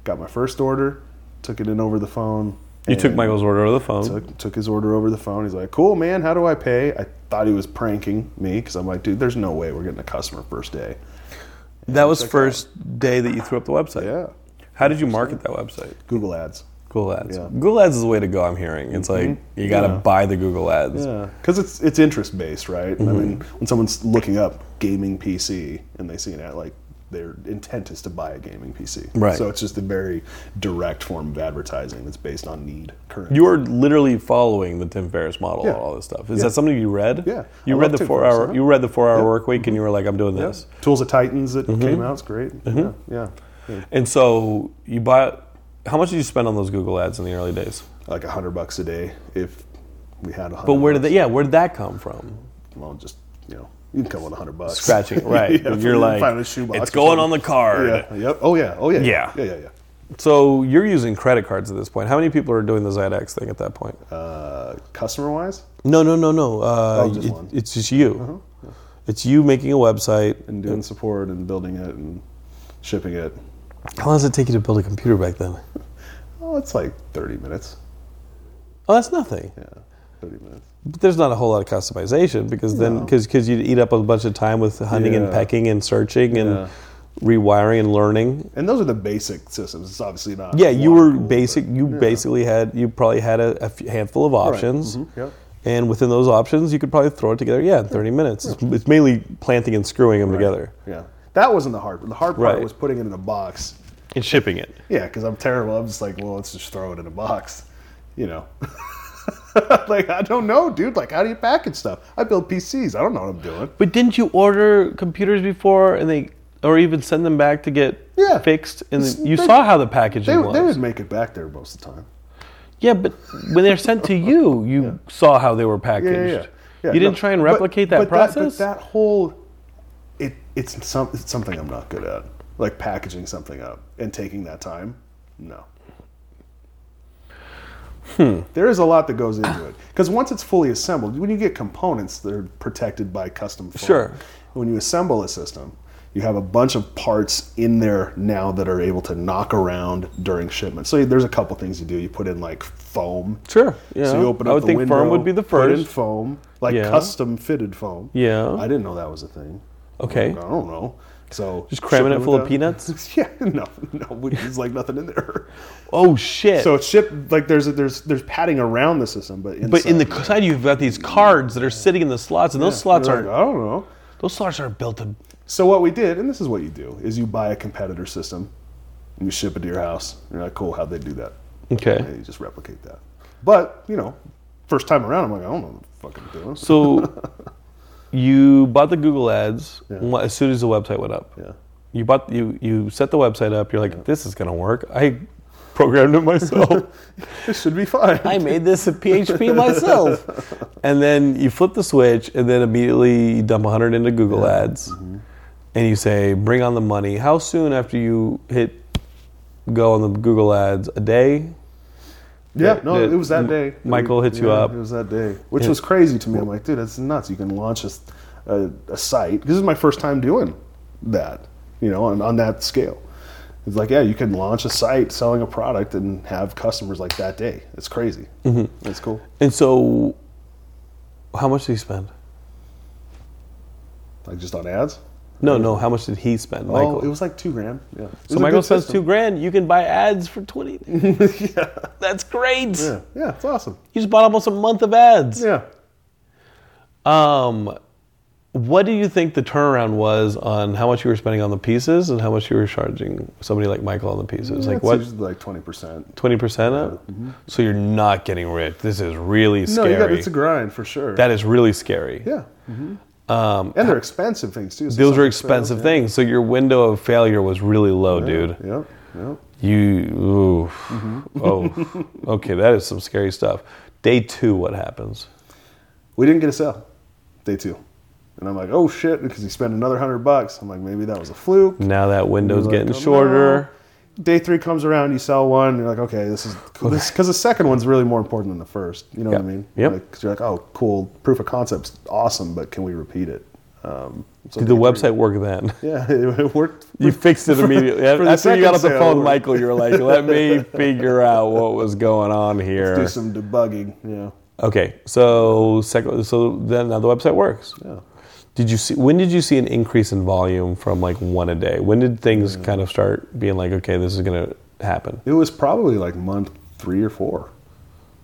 [SPEAKER 3] got my first order, took it in over the phone.
[SPEAKER 2] you took
[SPEAKER 3] and-
[SPEAKER 2] Michael's order over the phone.
[SPEAKER 3] took, took his order over the phone. He's like, "Cool, man. How do I pay?" I thought he was pranking me because I'm like, "Dude, there's no way we're getting a customer first day."
[SPEAKER 2] that was first day that you threw up the website.
[SPEAKER 3] Yeah,
[SPEAKER 2] How did you market that website?
[SPEAKER 3] Google Ads.
[SPEAKER 2] Google Ads.
[SPEAKER 3] Yeah. Mm-hmm.
[SPEAKER 2] Google Ads is the way to go. I'm hearing it's like you got to
[SPEAKER 3] Yeah.
[SPEAKER 2] buy the Google Ads.
[SPEAKER 3] Yeah, because it's it's interest based, right? I mean,
[SPEAKER 2] Mm-hmm.
[SPEAKER 3] when someone's looking up gaming PC and they see an ad, like their intent is to buy a gaming PC,
[SPEAKER 2] Right.
[SPEAKER 3] So it's just a very direct form of advertising that's based on need currently.
[SPEAKER 2] You're literally following the Tim Ferriss model
[SPEAKER 3] Yeah.
[SPEAKER 2] on all this stuff. Is
[SPEAKER 3] Yeah.
[SPEAKER 2] that something you read?
[SPEAKER 3] Yeah.
[SPEAKER 2] You
[SPEAKER 3] I
[SPEAKER 2] read
[SPEAKER 3] love
[SPEAKER 2] the
[SPEAKER 3] Tim
[SPEAKER 2] four
[SPEAKER 3] Ferriss,
[SPEAKER 2] hour
[SPEAKER 3] uh-huh.
[SPEAKER 2] you read the four hour work week and you were like, I'm doing this.
[SPEAKER 3] Tools of Titans that
[SPEAKER 2] Mm-hmm.
[SPEAKER 3] came out, it's great. Yeah, yeah, yeah,
[SPEAKER 2] And so you bought how much did you spend on those Google ads in the early days?
[SPEAKER 3] like a hundred bucks a day if we had. a
[SPEAKER 2] But where did that yeah, where did that come from?
[SPEAKER 3] Well, just you know, you can come with a hundred bucks.
[SPEAKER 2] Scratching it, right.
[SPEAKER 3] Yeah,
[SPEAKER 2] You're like
[SPEAKER 3] find a shoebox
[SPEAKER 2] it's
[SPEAKER 3] or
[SPEAKER 2] going
[SPEAKER 3] something.
[SPEAKER 2] on the card.
[SPEAKER 3] Yeah. Yep. Oh yeah. Oh yeah.
[SPEAKER 2] Yeah.
[SPEAKER 3] Yeah. Yeah. yeah.
[SPEAKER 2] So you're using credit cards at this point. How many people are doing the Zydex thing at that point?
[SPEAKER 3] Uh, customer wise,
[SPEAKER 2] no, no, no, no. Uh,
[SPEAKER 3] Oh, just
[SPEAKER 2] it-
[SPEAKER 3] one. Uh-huh.
[SPEAKER 2] It's just you. It's you making a website.
[SPEAKER 3] and doing support and building it and shipping it.
[SPEAKER 2] How long does it take you to build a computer back then?
[SPEAKER 3] Oh, it's like thirty minutes.
[SPEAKER 2] Oh, that's nothing.
[SPEAKER 3] Yeah, thirty minutes.
[SPEAKER 2] But there's not a whole lot of customization because then because because you'd eat up a bunch of time with hunting and
[SPEAKER 3] Yeah.
[SPEAKER 2] pecking and searching and
[SPEAKER 3] Yeah.
[SPEAKER 2] rewiring and learning.
[SPEAKER 3] And those are the basic systems. It's obviously not.
[SPEAKER 2] Yeah, you
[SPEAKER 3] wow,
[SPEAKER 2] were
[SPEAKER 3] cool, but-
[SPEAKER 2] basic. You basically had you probably had a, a few- handful of options.
[SPEAKER 3] mhm, yep.
[SPEAKER 2] And within those options, you could probably throw it together. Mm-hmm. Yeah, in 30 minutes. It's, it's mainly planting and screwing them together
[SPEAKER 3] Yeah, that wasn't the hard. The hard part
[SPEAKER 2] Right.
[SPEAKER 3] was putting it in a box.
[SPEAKER 2] and shipping it.
[SPEAKER 3] Yeah, because I'm terrible. I'm just like, well, let's just throw it in a box. You know. like I don't know, dude. Like, how do you package stuff? I build PCs. I don't know what I'm doing.
[SPEAKER 2] But didn't you order computers before and they or even send them back to get
[SPEAKER 3] Yeah.
[SPEAKER 2] fixed? And
[SPEAKER 3] It's-
[SPEAKER 2] you
[SPEAKER 3] they-
[SPEAKER 2] saw how the packaging
[SPEAKER 3] They,
[SPEAKER 2] was.
[SPEAKER 3] they would make it back there most of the time.
[SPEAKER 2] Yeah, but when they're sent to you, you saw how they were packaged.
[SPEAKER 3] Yeah, yeah, yeah. Yeah,
[SPEAKER 2] you didn't
[SPEAKER 3] no,
[SPEAKER 2] try and
[SPEAKER 3] but-
[SPEAKER 2] replicate that
[SPEAKER 3] but
[SPEAKER 2] process.
[SPEAKER 3] but that whole it it's some it's something I'm not good at, like packaging something up and taking that time. No. Hmm. There is a lot that goes into it because once it's fully assembled, when you get components, they're protected by custom. Foam.
[SPEAKER 2] Sure.
[SPEAKER 3] When you assemble a system, you have a bunch of parts in there now that are able to knock around during shipment. So there's a couple things you do. You put in like foam.
[SPEAKER 2] Sure, yeah.
[SPEAKER 3] So you open up
[SPEAKER 2] I would
[SPEAKER 3] the
[SPEAKER 2] think
[SPEAKER 3] window,
[SPEAKER 2] firm would be the
[SPEAKER 3] Put in
[SPEAKER 2] first.
[SPEAKER 3] foam, like
[SPEAKER 2] Yeah.
[SPEAKER 3] custom fitted foam.
[SPEAKER 2] Yeah.
[SPEAKER 3] I didn't know that was a thing.
[SPEAKER 2] okay.
[SPEAKER 3] I don't know. So
[SPEAKER 2] Just cramming
[SPEAKER 3] shipping
[SPEAKER 2] it full of
[SPEAKER 3] without-
[SPEAKER 2] peanuts?
[SPEAKER 3] yeah, no, no, there's like nothing in there.
[SPEAKER 2] Oh shit.
[SPEAKER 3] So it's shipped like there's there's there's padding around the system, but inside,
[SPEAKER 2] but in the side you've got these cards that are sitting in the slots, and those slots
[SPEAKER 3] You're like,
[SPEAKER 2] aren't.
[SPEAKER 3] I don't know.
[SPEAKER 2] Those slots aren't built to.
[SPEAKER 3] So what we did, and this is what you do, is you buy a competitor system, and you ship it to your house. You're like, cool, how'd they do that? And
[SPEAKER 2] Okay.
[SPEAKER 3] you just replicate that. But you know, first time around, I'm like, I don't know what the fuck I'm doing.
[SPEAKER 2] So you bought the Google ads wh- as soon as the website went up.
[SPEAKER 3] yeah.
[SPEAKER 2] You bought you you set the website up. You're like, this is gonna work. I programmed it myself.
[SPEAKER 3] This should be fine.
[SPEAKER 2] I made this in PHP myself. And then you flip the switch, and then immediately you dump 100 into Google Ads, and you say, "Bring on the money." How soon after you hit go on the Google Ads? A day?
[SPEAKER 3] Yeah,
[SPEAKER 2] that-
[SPEAKER 3] no,
[SPEAKER 2] that
[SPEAKER 3] it was that day.
[SPEAKER 2] Michael hits you
[SPEAKER 3] Yeah,
[SPEAKER 2] up.
[SPEAKER 3] It was that day, which was crazy to me. I'm like, dude, that's nuts. You can launch a, a, a site. This is my first time doing that, you know, on, on that scale. It's like, yeah, you can launch a site selling a product and have customers like that day. It's crazy. Mm-hmm. It's cool.
[SPEAKER 2] And so, how much did he spend?
[SPEAKER 3] Like just on ads.
[SPEAKER 2] No, no. How much did he spend, Michael?
[SPEAKER 3] Oh, it was like two grand. Yeah. It was a
[SPEAKER 2] so Michael
[SPEAKER 3] good
[SPEAKER 2] spends
[SPEAKER 3] system.
[SPEAKER 2] two grand. You can buy ads for twenty. That's great.
[SPEAKER 3] Yeah, yeah, it's awesome.
[SPEAKER 2] You just bought almost a month of ads.
[SPEAKER 3] Yeah.
[SPEAKER 2] Um, what do you think the turnaround was on how much you were spending on the pieces and how much you were charging somebody like Michael on the pieces? Like
[SPEAKER 3] It's
[SPEAKER 2] what?
[SPEAKER 3] usually like twenty percent.
[SPEAKER 2] Twenty percent of? So you're not getting rich. This is really
[SPEAKER 3] No,
[SPEAKER 2] scary.
[SPEAKER 3] you got, it's a grind for sure.
[SPEAKER 2] that is really scary.
[SPEAKER 3] yeah. Um, and they're expensive things too. so
[SPEAKER 2] Those are
[SPEAKER 3] something
[SPEAKER 2] expensive
[SPEAKER 3] fails, yeah.
[SPEAKER 2] things. So your window of failure was really low, dude.
[SPEAKER 3] Yep, yep.
[SPEAKER 2] You, ooh,
[SPEAKER 3] Mm-hmm.
[SPEAKER 2] oh, okay, that is some scary stuff. Day two, what happens?
[SPEAKER 3] We didn't get a sale, day two. And I'm like, oh shit, because he spent another hundred bucks. I'm like, maybe that was a fluke.
[SPEAKER 2] Now that window's
[SPEAKER 3] You're like,
[SPEAKER 2] getting
[SPEAKER 3] "Oh,
[SPEAKER 2] shorter.
[SPEAKER 3] no." Day three comes around, you sell one, you're like, okay, this is because the second one's really more important than the first. You know what
[SPEAKER 2] Yeah.
[SPEAKER 3] I mean?
[SPEAKER 2] Yep.
[SPEAKER 3] Because you're like, oh, cool, proof of concept's awesome, but can we repeat it? Um, so
[SPEAKER 2] Did
[SPEAKER 3] day
[SPEAKER 2] the
[SPEAKER 3] three-
[SPEAKER 2] website work then?
[SPEAKER 3] Yeah, it, it worked.
[SPEAKER 2] You fixed it immediately. After
[SPEAKER 3] for the
[SPEAKER 2] you got
[SPEAKER 3] second
[SPEAKER 2] off the
[SPEAKER 3] sale,
[SPEAKER 2] phone,
[SPEAKER 3] we're-
[SPEAKER 2] Michael, you were like, let me figure out what was going on
[SPEAKER 3] Do
[SPEAKER 2] here.
[SPEAKER 3] some debugging. Yeah.
[SPEAKER 2] Okay, so second, so then now the website works.
[SPEAKER 3] Yeah.
[SPEAKER 2] Did you see, when did you see an increase in volume from like one a day? When did things kind of start being like, okay, this is going to happen?
[SPEAKER 3] It was probably like month three or four.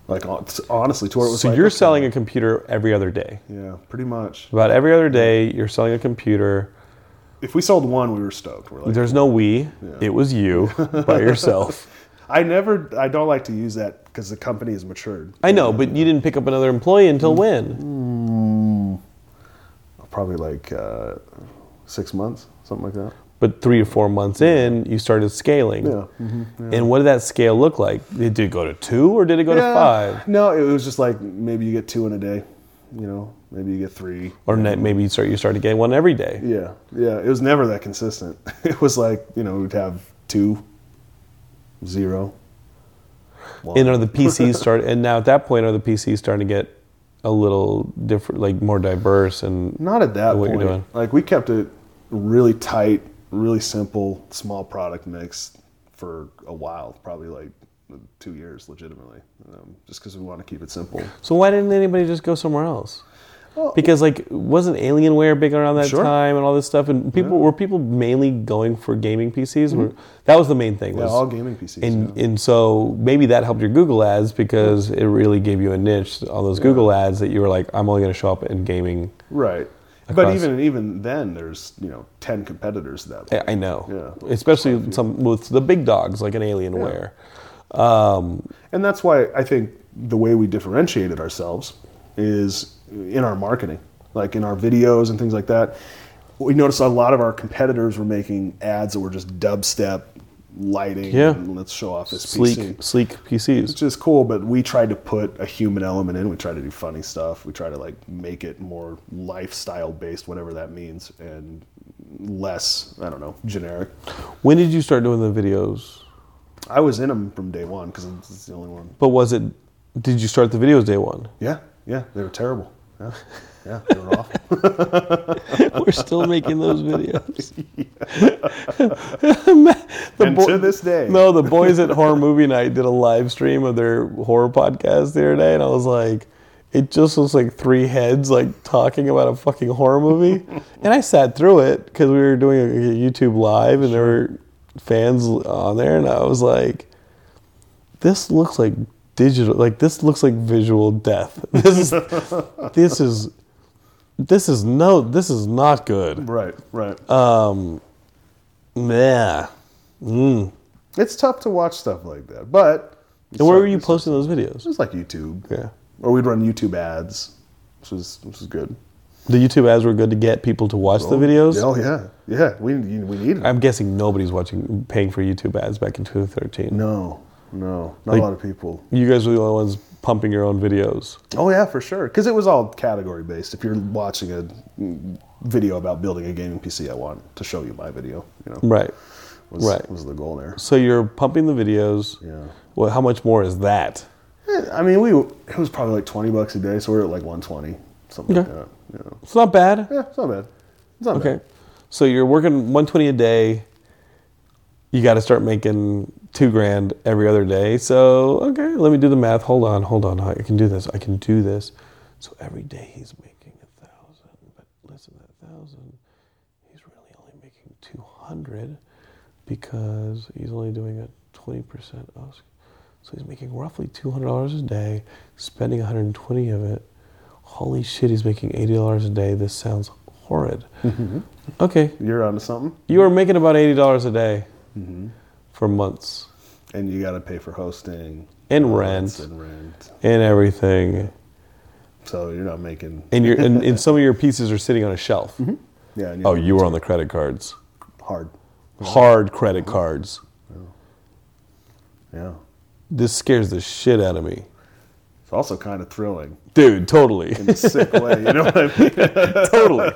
[SPEAKER 3] Like hon- honestly, to where it was
[SPEAKER 2] So
[SPEAKER 3] like,
[SPEAKER 2] you're
[SPEAKER 3] okay,
[SPEAKER 2] selling a computer every other day.
[SPEAKER 3] yeah, pretty much.
[SPEAKER 2] About every other day, you're selling a computer.
[SPEAKER 3] If we sold one, we were stoked. We're like,
[SPEAKER 2] There's no we. It was you by yourself.
[SPEAKER 3] I never, I don't like to use that because the company has matured.
[SPEAKER 2] I know, but you didn't pick up another employee
[SPEAKER 3] Mm.
[SPEAKER 2] until when?
[SPEAKER 3] Probably like uh, six months, something like that.
[SPEAKER 2] But three or four months in, you started scaling.
[SPEAKER 3] Yeah.
[SPEAKER 2] And what did that scale look like? Did it go to two or did it go to
[SPEAKER 3] Yeah.
[SPEAKER 2] five?
[SPEAKER 3] No, it was just like maybe you get two in a day, you know, maybe you get three.
[SPEAKER 2] Or ne- maybe you start you started getting one every day.
[SPEAKER 3] Yeah, yeah. It was never that consistent. It was like you know we'd have two, zero. one.
[SPEAKER 2] And are the PCs start? And now at that point, are the PCs starting to get a little different, like more diverse and
[SPEAKER 3] Not at that
[SPEAKER 2] what
[SPEAKER 3] point.
[SPEAKER 2] you're doing.
[SPEAKER 3] Like we kept it really tight, really simple, small product mix for a while, probably like two years, legitimately, um, just because we want to keep it simple.
[SPEAKER 2] So why didn't anybody just go somewhere else? because like wasn't Alienware big around that
[SPEAKER 3] Sure.
[SPEAKER 2] time and all this stuff, and people were people mainly going for gaming PCs. Were- that was the main thing.
[SPEAKER 3] Mm-hmm. Yeah,
[SPEAKER 2] was-
[SPEAKER 3] all gaming PCs.
[SPEAKER 2] And
[SPEAKER 3] yeah.
[SPEAKER 2] and so maybe that helped your Google ads because it really gave you a niche on those Google ads that you were like, I'm only going to show up in gaming.
[SPEAKER 3] right.
[SPEAKER 2] across-
[SPEAKER 3] But even even then, there's you know ten competitors to that.
[SPEAKER 2] I, I know,
[SPEAKER 3] Yeah.
[SPEAKER 2] especially some with the big dogs like an Alienware.
[SPEAKER 3] And that's why I think the way we differentiated ourselves is in our marketing, like in our videos and things like that. We noticed a lot of our competitors were making ads that were just dubstep lighting.
[SPEAKER 2] Yeah.
[SPEAKER 3] and let's show off this
[SPEAKER 2] Sleek,
[SPEAKER 3] PC.
[SPEAKER 2] sleek PCs.
[SPEAKER 3] Which is cool, but we tried to put a human element in. We tried to do funny stuff. We tried to like make it more lifestyle based, whatever that means, and less, I don't know, generic.
[SPEAKER 2] When did you start doing the videos?
[SPEAKER 3] I was in them from day one because it's the only one.
[SPEAKER 2] But was it? Did you start the videos day one?
[SPEAKER 3] Yeah, yeah, they were terrible. Yeah, yeah, they were awful.
[SPEAKER 2] We're still making those videos. The
[SPEAKER 3] and
[SPEAKER 2] bo-
[SPEAKER 3] to this day,
[SPEAKER 2] No, the boys at Horror Movie Night did a live stream of their horror podcast the other day, and I was like, it just looks like three heads like talking about a fucking horror movie. and I sat through it because we were doing a YouTube live, and there were fans on there, and I was like, this looks like digital. Like this looks like visual death. This is this is this is no. This is not good.
[SPEAKER 3] right, right.
[SPEAKER 2] Uh, Yeah.
[SPEAKER 3] it's tough to watch stuff like that, but
[SPEAKER 2] And where were you posting those videos?
[SPEAKER 3] It was like YouTube.
[SPEAKER 2] Yeah.
[SPEAKER 3] or we'd run YouTube ads, which was which was good.
[SPEAKER 2] The YouTube ads were good to get people to watch the videos.
[SPEAKER 3] Oh yeah, yeah. We you- we needed.
[SPEAKER 2] I'm guessing nobody's watching, paying for YouTube ads back in 2013.
[SPEAKER 3] no, no, not
[SPEAKER 2] Like-
[SPEAKER 3] a lot of people.
[SPEAKER 2] You guys were the only ones pumping your own videos.
[SPEAKER 3] Oh yeah, for sure, because it was all category based. If you're watching a mm, video about building a gaming PC, I want to show you my video. You know,
[SPEAKER 2] Right.
[SPEAKER 3] was,
[SPEAKER 2] right.
[SPEAKER 3] was the goal there.
[SPEAKER 2] So you're pumping the videos.
[SPEAKER 3] Yeah.
[SPEAKER 2] Well, how much more is that?
[SPEAKER 3] Eh, I mean, we it was probably like twenty bucks a day, so we are at like one twenty, something
[SPEAKER 2] Okay.
[SPEAKER 3] like that. You know.
[SPEAKER 2] It's not bad.
[SPEAKER 3] Yeah, it's not bad. It's not
[SPEAKER 2] Okay.
[SPEAKER 3] bad.
[SPEAKER 2] So you're working 120 a day. You got to start making two grand every other day. So okay, let me do the math. Hold on, hold on. I can do this. I can do this. So every day he's making a thousand, but less than that thousand, he's really only making 200 because he's only doing a 20% off. So he's making roughly $200 a day, spending 120 of it. Holy shit, he's making $80 a day. This sounds horrid. Okay,
[SPEAKER 3] You're onto something,
[SPEAKER 2] you were making about $80 a day for months
[SPEAKER 3] and you got to pay for hosting
[SPEAKER 2] and rent
[SPEAKER 3] and rent.
[SPEAKER 2] and everything.
[SPEAKER 3] So you're not making.
[SPEAKER 2] And, you and, and some of your pieces are sitting on a shelf.
[SPEAKER 3] Yeah. And you're
[SPEAKER 2] Oh, you were on the credit cards.
[SPEAKER 3] hard.
[SPEAKER 2] Hard credit cards.
[SPEAKER 3] Yeah.
[SPEAKER 2] This scares the shit out of me.
[SPEAKER 3] It's also kind of thrilling
[SPEAKER 2] Dude, totally.
[SPEAKER 3] in a sick way. You know what I mean?
[SPEAKER 2] totally,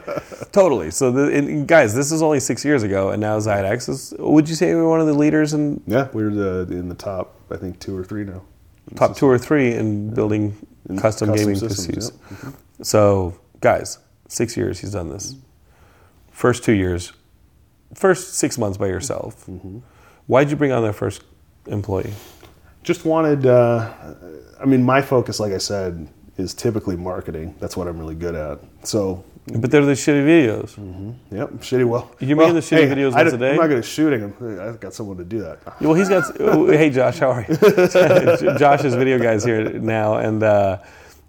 [SPEAKER 2] totally. So, the, and- and guys, this is only six years ago, and now Zydex is. Would you say we're one of the leaders in
[SPEAKER 3] Yeah, we're the, in the top. I think two or three now.
[SPEAKER 2] top two or three in building custom,
[SPEAKER 3] custom
[SPEAKER 2] gaming
[SPEAKER 3] systems, Mm-hmm.
[SPEAKER 2] PCs? So, guys, six years he's done this. First two years, first six months by yourself.
[SPEAKER 3] Mm-hmm.
[SPEAKER 2] Why'd you bring on that first employee?
[SPEAKER 3] Just wanted. Uh, I mean, my focus, like I said, is typically marketing. That's what I'm really good at. So,
[SPEAKER 2] But they're the shitty videos.
[SPEAKER 3] Mm-hmm. yep, shitty. Well,
[SPEAKER 2] You're making
[SPEAKER 3] well,
[SPEAKER 2] the shitty videos
[SPEAKER 3] I
[SPEAKER 2] once
[SPEAKER 3] don't-
[SPEAKER 2] a day?
[SPEAKER 3] I'm not good at shooting. I'm- I've got someone to do that.
[SPEAKER 2] Well, he's got. oh, hey, Josh, how are you? Josh's video guy's here now, and uh,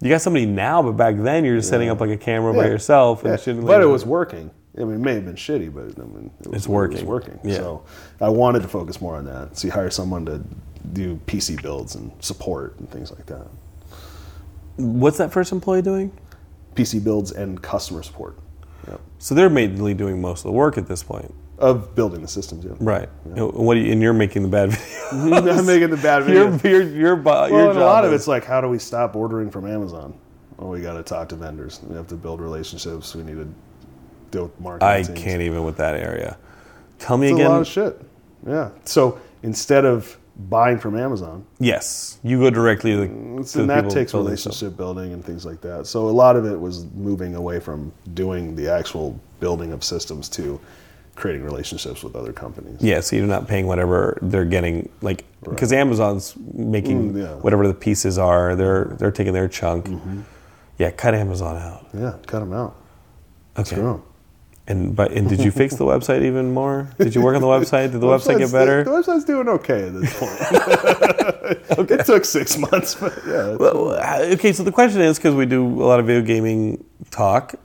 [SPEAKER 2] you got somebody now, but back then you're just setting up like a camera by
[SPEAKER 3] Yeah.
[SPEAKER 2] yourself and
[SPEAKER 3] Yeah,
[SPEAKER 2] shooting.
[SPEAKER 3] But
[SPEAKER 2] like-
[SPEAKER 3] it was working. I mean, it may have been shitty, but I mean, it was,
[SPEAKER 2] It's
[SPEAKER 3] It
[SPEAKER 2] working.
[SPEAKER 3] was working.
[SPEAKER 2] Yeah.
[SPEAKER 3] So I wanted to focus more on that. So you hire someone to do PC builds and support and things like that.
[SPEAKER 2] What's that first employee doing?
[SPEAKER 3] PC builds and customer support yep.
[SPEAKER 2] So they're mainly doing most of the work at this point,
[SPEAKER 3] of building the systems. Yeah.
[SPEAKER 2] right? And what do you, and you're making the bad videos.
[SPEAKER 3] I'm making the bad
[SPEAKER 2] Your,
[SPEAKER 3] video.
[SPEAKER 2] your, your, bo- your
[SPEAKER 3] Well, and
[SPEAKER 2] job
[SPEAKER 3] a lot of
[SPEAKER 2] is-
[SPEAKER 3] it's like, how do we stop ordering from Amazon? Well, we got to talk to vendors. We have to build relationships. We need to deal with marketing.
[SPEAKER 2] I
[SPEAKER 3] teams.
[SPEAKER 2] can't even with that area. Tell me
[SPEAKER 3] It's
[SPEAKER 2] again.
[SPEAKER 3] a lot of shit. Yeah. So instead of buying from Amazon,
[SPEAKER 2] Yes, you go directly to the. to
[SPEAKER 3] Mm, and
[SPEAKER 2] the
[SPEAKER 3] that
[SPEAKER 2] people
[SPEAKER 3] takes
[SPEAKER 2] building stuff.
[SPEAKER 3] relationship building and things like that. So a lot of it was moving away from doing the actual building of systems to creating relationships with other companies.
[SPEAKER 2] Yeah, so you're not paying whatever they're getting, like because Amazon's making
[SPEAKER 3] Mm, yeah.
[SPEAKER 2] whatever the pieces are. They're they're taking their chunk. Yeah, cut Amazon out.
[SPEAKER 3] Yeah, cut them out.
[SPEAKER 2] Okay.
[SPEAKER 3] Screw 'em.
[SPEAKER 2] And but and did you fix the website even more? Did you work on the website? Did the website get
[SPEAKER 3] Website's-
[SPEAKER 2] better?
[SPEAKER 3] The, website's doing okay at this point. It took six months, but yeah. it's-
[SPEAKER 2] Well, uh, okay, so the question is because we do a lot of video gaming talk,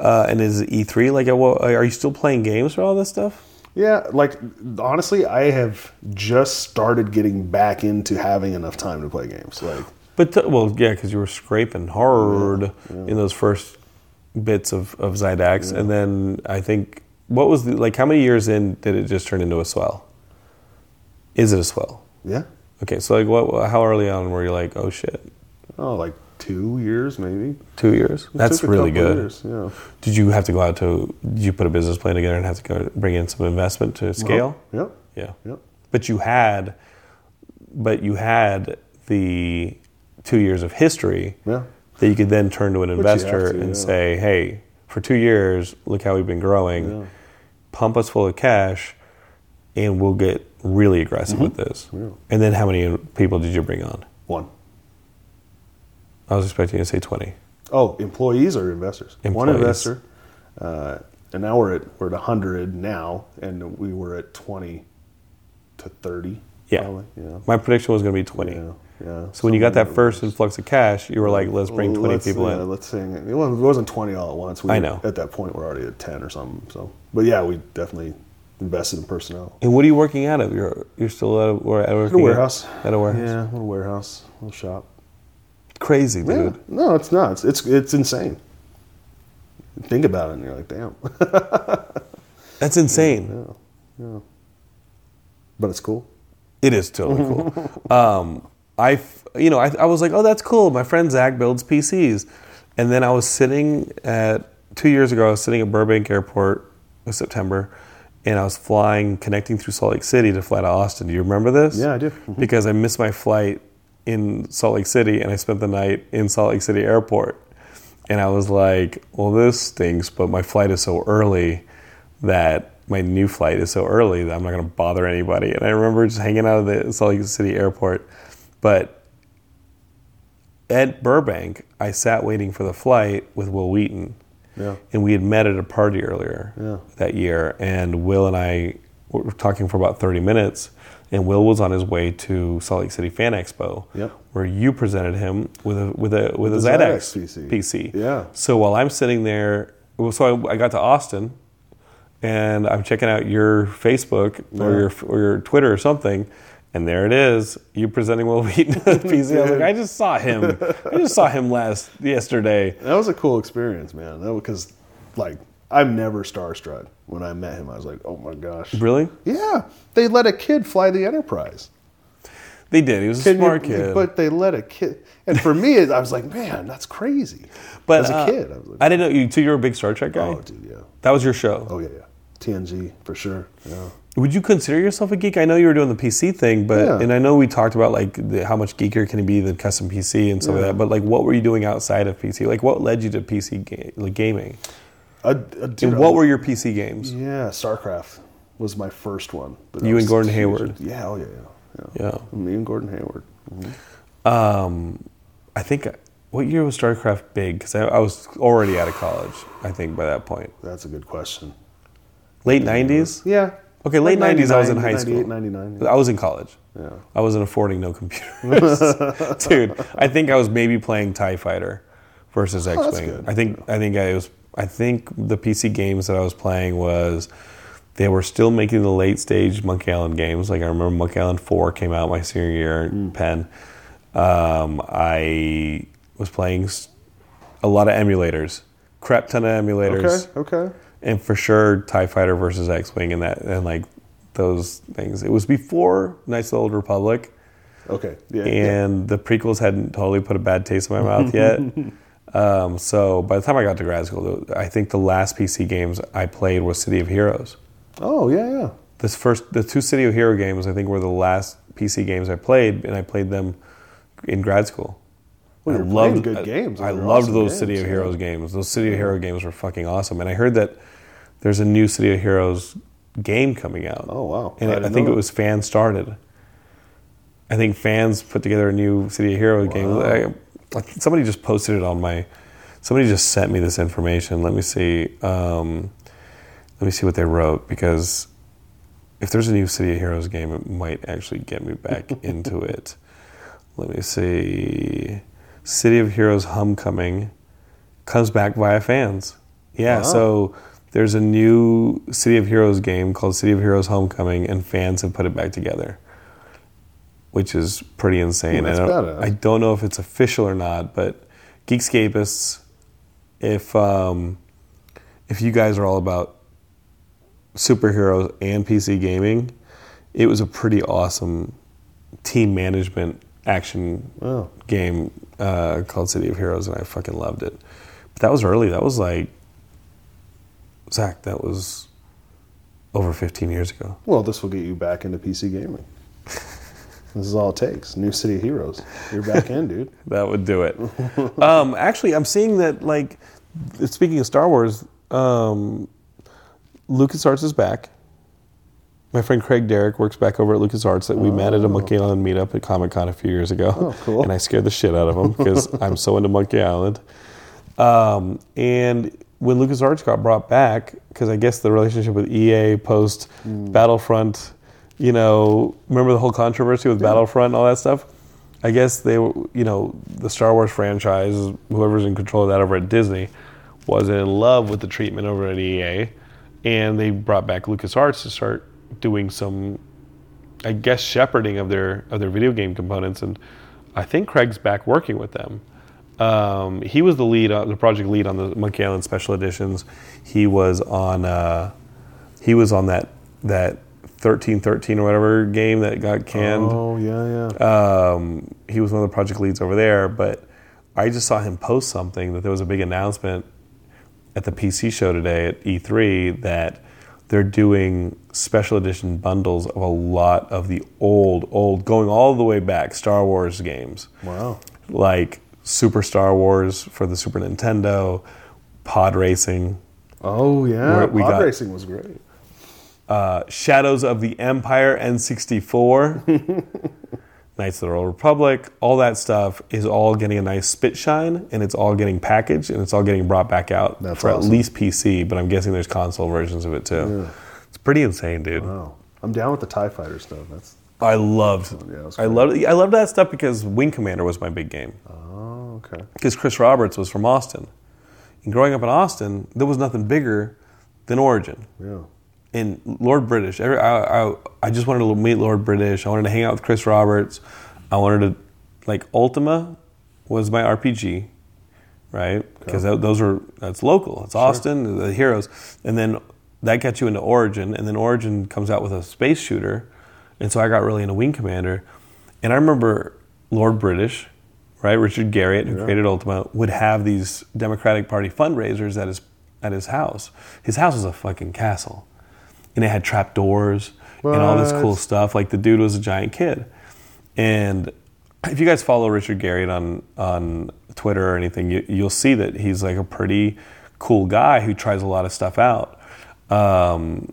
[SPEAKER 2] uh, and is it E3 like? uh, well, Are you still playing games for all this stuff?
[SPEAKER 3] Yeah, like honestly, I have just started getting back into having enough time to play games. Like,
[SPEAKER 2] But t- well, yeah, because you were scraping hard in those first bits of of Zydax, and then I think what was the, like how many years in did it just turn into a swell? Is it a swell?
[SPEAKER 3] yeah.
[SPEAKER 2] Okay, so like what? How early on were you like, oh shit,
[SPEAKER 3] Oh, like two years maybe.
[SPEAKER 2] two years?
[SPEAKER 3] It
[SPEAKER 2] That's
[SPEAKER 3] took a
[SPEAKER 2] really
[SPEAKER 3] couple
[SPEAKER 2] good.
[SPEAKER 3] years, yeah.
[SPEAKER 2] Did you have to go out to? Did you put a business plan together and have to go bring in some investment to scale?
[SPEAKER 3] Yep.
[SPEAKER 2] Yeah.
[SPEAKER 3] Yep.
[SPEAKER 2] But you had, but you had the two years of history
[SPEAKER 3] Yeah.
[SPEAKER 2] that you could then turn to an
[SPEAKER 3] you have
[SPEAKER 2] investor
[SPEAKER 3] to,
[SPEAKER 2] and
[SPEAKER 3] yeah.
[SPEAKER 2] say, hey, for two years, look how we've been growing. Pump us full of cash, and we'll get really aggressive with
[SPEAKER 3] Mm-hmm.
[SPEAKER 2] this. And then how many people did you bring on?
[SPEAKER 3] One.
[SPEAKER 2] I was expecting you to say 20.
[SPEAKER 3] Oh, employees or investors? One
[SPEAKER 2] Employees.
[SPEAKER 3] investor. Uh, and now we're at we're at hundred now, and we were at twenty to thirty.
[SPEAKER 2] Yeah.
[SPEAKER 3] Probably. Yeah.
[SPEAKER 2] My prediction was going to be 20.
[SPEAKER 3] Yeah. Yeah.
[SPEAKER 2] So when you got
[SPEAKER 3] Something
[SPEAKER 2] that first influx of cash, you were like, let's bring 20
[SPEAKER 3] Let's-
[SPEAKER 2] people
[SPEAKER 3] yeah,
[SPEAKER 2] in.
[SPEAKER 3] Let's sing. It wasn't it wasn't twenty all at once. We
[SPEAKER 2] I
[SPEAKER 3] were-
[SPEAKER 2] know.
[SPEAKER 3] At that point, we're already at ten or something. So, but yeah, we definitely invested in personnel.
[SPEAKER 2] And what are you working out of? You're, you're still at a, wor- at a,
[SPEAKER 3] At a warehouse.
[SPEAKER 2] At a warehouse.
[SPEAKER 3] Yeah, little warehouse, little shop.
[SPEAKER 2] Crazy,
[SPEAKER 3] Yeah.
[SPEAKER 2] dude.
[SPEAKER 3] No, it's not. It's, it's it's insane. Think about it, and you're like, damn.
[SPEAKER 2] That's insane.
[SPEAKER 3] but it's cool.
[SPEAKER 2] It is totally cool. um, I, f- you know, I, I was like, oh, that's cool. My friend Zach builds PCs, and then I was sitting at two years ago. I was sitting at Burbank Airport in September, and I was flying, connecting through Salt Lake City to fly to Austin. Do you remember this?
[SPEAKER 3] Yeah, I do. Mhm.
[SPEAKER 2] Because I missed my flight in Salt Lake City, and I spent the night in Salt Lake City Airport. And I was like, well, this stinks, but my flight is so early that my new flight is so early that I'm not going to bother anybody. And I remember just hanging out at the Salt Lake City airport. But at Burbank, I sat waiting for the flight with Will Wheaton.
[SPEAKER 3] Yeah.
[SPEAKER 2] And we had met at a party earlier
[SPEAKER 3] Yeah.
[SPEAKER 2] that year. And Will and I were talking for about 30 minutes. And Will was on his way to Salt Lake City Fan Expo,
[SPEAKER 3] Yep.
[SPEAKER 2] where you presented him with a with a with,
[SPEAKER 3] With
[SPEAKER 2] a
[SPEAKER 3] a
[SPEAKER 2] Zydex,
[SPEAKER 3] Zydex PC.
[SPEAKER 2] PC.
[SPEAKER 3] Yeah.
[SPEAKER 2] So while I'm sitting there, well, so I, I got to Austin, and I'm checking out your Facebook or your or your Twitter or something, and there it is. You presenting Will Wheaton on the PC. I was like, I just saw him. I just saw him last yesterday.
[SPEAKER 3] That was a cool experience, man. That because, like, I'm never starstruck. When I met him, I was like, oh my gosh.
[SPEAKER 2] Really?
[SPEAKER 3] Yeah, they let a kid fly the Enterprise.
[SPEAKER 2] They did. He was a
[SPEAKER 3] Can you-
[SPEAKER 2] smart kid.
[SPEAKER 3] But they let a kid. And for me, it- I was like, man, that's crazy.
[SPEAKER 2] But,
[SPEAKER 3] as a
[SPEAKER 2] uh,
[SPEAKER 3] kid, I was like,
[SPEAKER 2] I didn't know you. So you were a big Star Trek guy.
[SPEAKER 3] oh, dude, yeah.
[SPEAKER 2] That was your show.
[SPEAKER 3] Oh, yeah, yeah. TNG, for sure. Yeah.
[SPEAKER 2] Would you consider yourself a geek? I know you were doing the PC thing, but
[SPEAKER 3] Yeah.
[SPEAKER 2] and I know we talked about like the, how much geekier can you be than custom PC and stuff like that. But like, what were you doing outside of PC? Like, what led you to PC ga- like gaming?
[SPEAKER 3] I, I, dude,
[SPEAKER 2] And
[SPEAKER 3] I- Mm.
[SPEAKER 2] what were your PC games?
[SPEAKER 3] Yeah, StarCraft was my first one. but that
[SPEAKER 2] You
[SPEAKER 3] was
[SPEAKER 2] and Gordon
[SPEAKER 3] huge.
[SPEAKER 2] Hayward.
[SPEAKER 3] Yeah, oh, yeah, yeah. yeah.
[SPEAKER 2] Yeah,
[SPEAKER 3] Me and Gordon Hayward.
[SPEAKER 2] um, I think What year was StarCraft big? Because I, I was already out of college, I think, by that point.
[SPEAKER 3] That's a good question.
[SPEAKER 2] Late 90s?
[SPEAKER 3] Yeah.
[SPEAKER 2] Okay, late 90s, I was in high
[SPEAKER 3] 99,
[SPEAKER 2] school.
[SPEAKER 3] 99,
[SPEAKER 2] I was in college.
[SPEAKER 3] Yeah.
[SPEAKER 2] I wasn't affording no computers. Dude, I think I was maybe playing TIE Fighter versus X Wing.
[SPEAKER 3] Oh, good.
[SPEAKER 2] I think I think I was I think the PC games that I was playing was they were still making the late stage Monkey Island games. Like I remember Monkey Island four came out my senior year
[SPEAKER 3] Hmm.
[SPEAKER 2] in Penn. Um, I was playing s- a lot of emulators. Crap ton of emulators
[SPEAKER 3] Okay. Okay.
[SPEAKER 2] and for sure Tie Fighter versus X Wing and that and like those things. It was before Knights of the Old Republic,
[SPEAKER 3] Okay. Yeah.
[SPEAKER 2] and the prequels hadn't totally put a bad taste in my mouth yet. um, so by the time I got to grad school, I think the last PC games I played was City of Heroes.
[SPEAKER 3] Oh yeah, yeah.
[SPEAKER 2] This first, the two City of Hero games, I think were the last PC games I played, and I played them in grad school.
[SPEAKER 3] Well,
[SPEAKER 2] I
[SPEAKER 3] you're playing
[SPEAKER 2] loved
[SPEAKER 3] good
[SPEAKER 2] I-
[SPEAKER 3] games.
[SPEAKER 2] I
[SPEAKER 3] Those are
[SPEAKER 2] loved
[SPEAKER 3] awesome
[SPEAKER 2] those
[SPEAKER 3] games,
[SPEAKER 2] City of
[SPEAKER 3] yeah.
[SPEAKER 2] Heroes games. Those City of Hero games were fucking awesome. And I heard that there's a new City of Heroes game coming out.
[SPEAKER 3] Oh, wow.
[SPEAKER 2] And
[SPEAKER 3] I
[SPEAKER 2] I,
[SPEAKER 3] didn't
[SPEAKER 2] think
[SPEAKER 3] know
[SPEAKER 2] it
[SPEAKER 3] that.
[SPEAKER 2] was fan started. I think fans put together a new City of Heroes game. I, I- somebody just posted it on my. Somebody just sent me this information. Let me see. Um, let me see what they wrote because if there's a new City of Heroes game, it might actually get me back into it. Let me see. City of Heroes Homecoming comes back via fans. Yeah, so there's a new City of Heroes game called City of Heroes Homecoming, and fans have put it back together, which is pretty insane.
[SPEAKER 3] that's
[SPEAKER 2] I, don't,
[SPEAKER 3] badass.
[SPEAKER 2] I don't know if it's official or not, but Geekscapists, if um, if you guys are all about superheroes and PC gaming, it was a pretty awesome team management action
[SPEAKER 3] Wow.
[SPEAKER 2] game uh, called City of Heroes, and I fucking loved it. But that was early. That was like Zach. That was over 15 years ago.
[SPEAKER 3] Well, this will get you back into PC gaming. this is all it takes. New City of Heroes. You're back in, dude.
[SPEAKER 2] That would do it. um, actually, I'm seeing that like speaking of Star Wars, um, LucasArts is back. My friend Craig Derrick works back over at LucasArts that we met at a Monkey Island meetup at Comic Con a few years ago.
[SPEAKER 3] Oh, cool.
[SPEAKER 2] And I scared the shit out of him because I'm so into Monkey Island. Um, and when LucasArts got brought back, because I guess the relationship with EA post Battlefront, you know, remember the whole controversy with Battlefront and all that stuff? I guess they, were, you know, the Star Wars franchise, whoever's in control of that over at Disney, was in love with the treatment over at EA. And they brought back LucasArts to start doing some I guess shepherding of their of their video game components, and I think Craig's back working with them. Um, he was the lead, on, the project lead on the Monkey Island Special Editions. He was on uh, he was on that that thirteen thirteen or whatever game that got canned
[SPEAKER 3] Oh yeah, yeah.
[SPEAKER 2] um, he was one of the project leads over there, but I just saw him post something that there was a big announcement at the PC show today at E3 that they're doing special edition bundles of a lot of the old, old, going all the way back Star Wars games
[SPEAKER 3] wow.
[SPEAKER 2] like Super Star Wars for the Super Nintendo, Pod Racing,
[SPEAKER 3] Oh yeah.
[SPEAKER 2] We're- we
[SPEAKER 3] Pod
[SPEAKER 2] got-
[SPEAKER 3] racing was great.
[SPEAKER 2] Shadows of the Empire N64, Knights of the Old Republic, all that stuff is all getting a nice spit shine and it's all getting packaged and it's all getting brought back out
[SPEAKER 3] That's
[SPEAKER 2] for
[SPEAKER 3] awesome.
[SPEAKER 2] at least PC, but I'm guessing there's console versions of it too. It's pretty insane, dude.
[SPEAKER 3] Wow. Oh. I'm down with the Tie Fighter stuff. That's
[SPEAKER 2] I loved
[SPEAKER 3] Yeah, it was
[SPEAKER 2] I
[SPEAKER 3] great.
[SPEAKER 2] loved I loved that stuff because Wing Commander was my big game.
[SPEAKER 3] oh, okay.
[SPEAKER 2] Because Chris Roberts was from Austin. And growing up in Austin, there was nothing bigger than Origin.
[SPEAKER 3] Yeah.
[SPEAKER 2] and Lord British. Every, I, I, I just wanted to meet Lord British. I wanted to hang out with Chris Roberts. I wanted to, like, Ultima was my RPG, right? Because those are, that's local. It's Austin, the heroes. And then that got you into Origin. And then Origin comes out with a space shooter. And so I got really into Wing Commander. And I remember Lord British, right? Richard Garriott, who created Ultima, would have these Democratic Party fundraisers at his, at his house. His house was a fucking castle and it had trap doors and all this cool
[SPEAKER 3] What?
[SPEAKER 2] stuff. Like the dude was a giant kid. And if you guys follow Richard Garriott on on Twitter or anything, you, you'll see that he's like a pretty cool guy who tries a lot of stuff out. Um,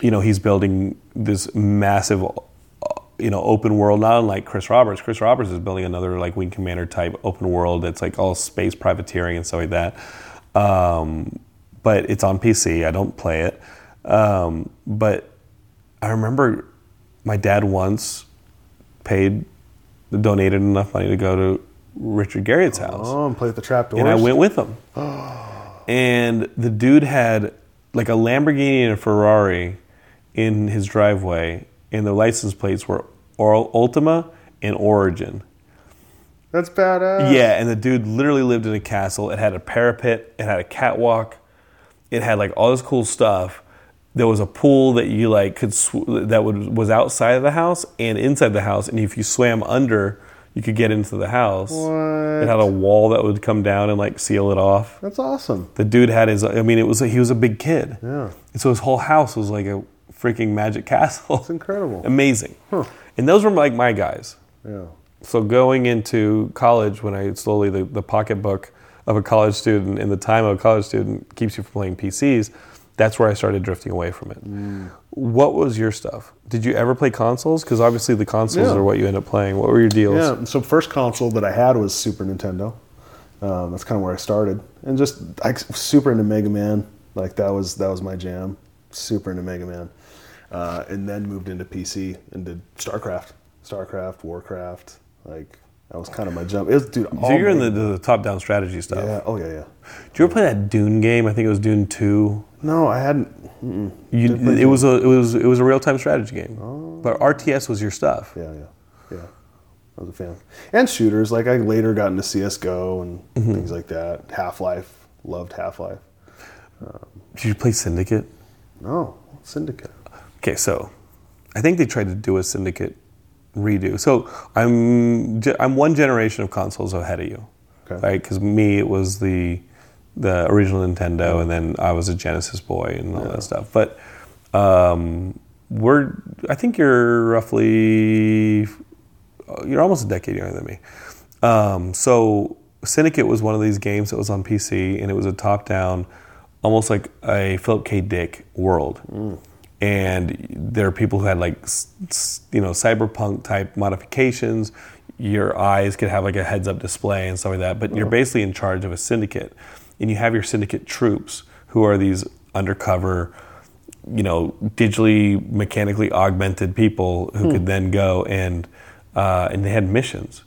[SPEAKER 2] you know, he's building this massive you know, open world, not unlike Chris Roberts. Chris Roberts is building another like Wing Commander type open world that's like all space privateering and stuff like that. Um, but it's on PC. I don't play it. Um, but I remember my dad once paid, donated enough money to go to Richard Garriott's house.
[SPEAKER 3] Oh, and play with the trapdoors.
[SPEAKER 2] And I went with him. and the dude had like a Lamborghini and a Ferrari in his driveway, and the license plates were Oral Ultima and Origin.
[SPEAKER 3] That's badass.
[SPEAKER 2] Yeah, and the dude literally lived in a castle. It had a parapet, it had a catwalk, it had like all this cool stuff. There was a pool that you like could sw- that would was outside of the house and inside the house, and if you swam under, you could get into the house. It had a wall that would come down and like seal it off.
[SPEAKER 3] That's awesome.
[SPEAKER 2] The dude had his. I mean, it was he was a big kid. Yeah. And so his whole house was like a freaking magic castle. It's
[SPEAKER 3] incredible.
[SPEAKER 2] Amazing. And those were like my guys.
[SPEAKER 3] Yeah.
[SPEAKER 2] So going into college, when I slowly the, the pocketbook of a college student and the time of a college student keeps you from playing PCs, that's where I started drifting away from it.
[SPEAKER 3] Mm.
[SPEAKER 2] What was your stuff? Did you ever play consoles? Because obviously the consoles
[SPEAKER 3] Yeah.
[SPEAKER 2] are what you end up playing. What were your deals?
[SPEAKER 3] Yeah. and So first console that I had was Super Nintendo. Um, that's kind of where I started, and just I was super into Mega Man. Like that was that was my jam. Super into Mega Man, uh, and then moved into PC and did StarCraft, StarCraft, Warcraft. Like that was kind of my jump. It was dude. all
[SPEAKER 2] So you're in the,
[SPEAKER 3] Mega-
[SPEAKER 2] the top down strategy stuff.
[SPEAKER 3] yeah. Oh yeah, yeah.
[SPEAKER 2] Did you ever play that Dune game? I think it was Dune Two.
[SPEAKER 3] No, I hadn't.
[SPEAKER 2] You, it was a it was it was a real time strategy game, but RTS was your stuff.
[SPEAKER 3] Oh. Yeah, yeah, yeah. I was a fan. And shooters, like I later got into CS:GO and
[SPEAKER 2] Mm-hmm.
[SPEAKER 3] things like that. Half Life, loved Half Life.
[SPEAKER 2] Did you play Syndicate?
[SPEAKER 3] No, Syndicate.
[SPEAKER 2] Okay, so I think they tried to do a Syndicate redo. So I'm ge- I'm one generation of consoles ahead of you,
[SPEAKER 3] Okay.
[SPEAKER 2] right? Because me, it was the the original Nintendo, and then I was a Genesis boy and all that stuff. But um, we're I think you're roughly you're almost a decade younger than me. Um, so Syndicate was one of these games that was on PC, and it was a top-down, almost like a Philip K. Dick world. And there are people who had like, s- s- you know, cyberpunk type modifications. Your eyes could have like a heads-up display and stuff like that. But you're basically in charge of a syndicate, and you have your syndicate troops who are these undercover you know, digitally mechanically augmented people who could then go and uh, and they had missions,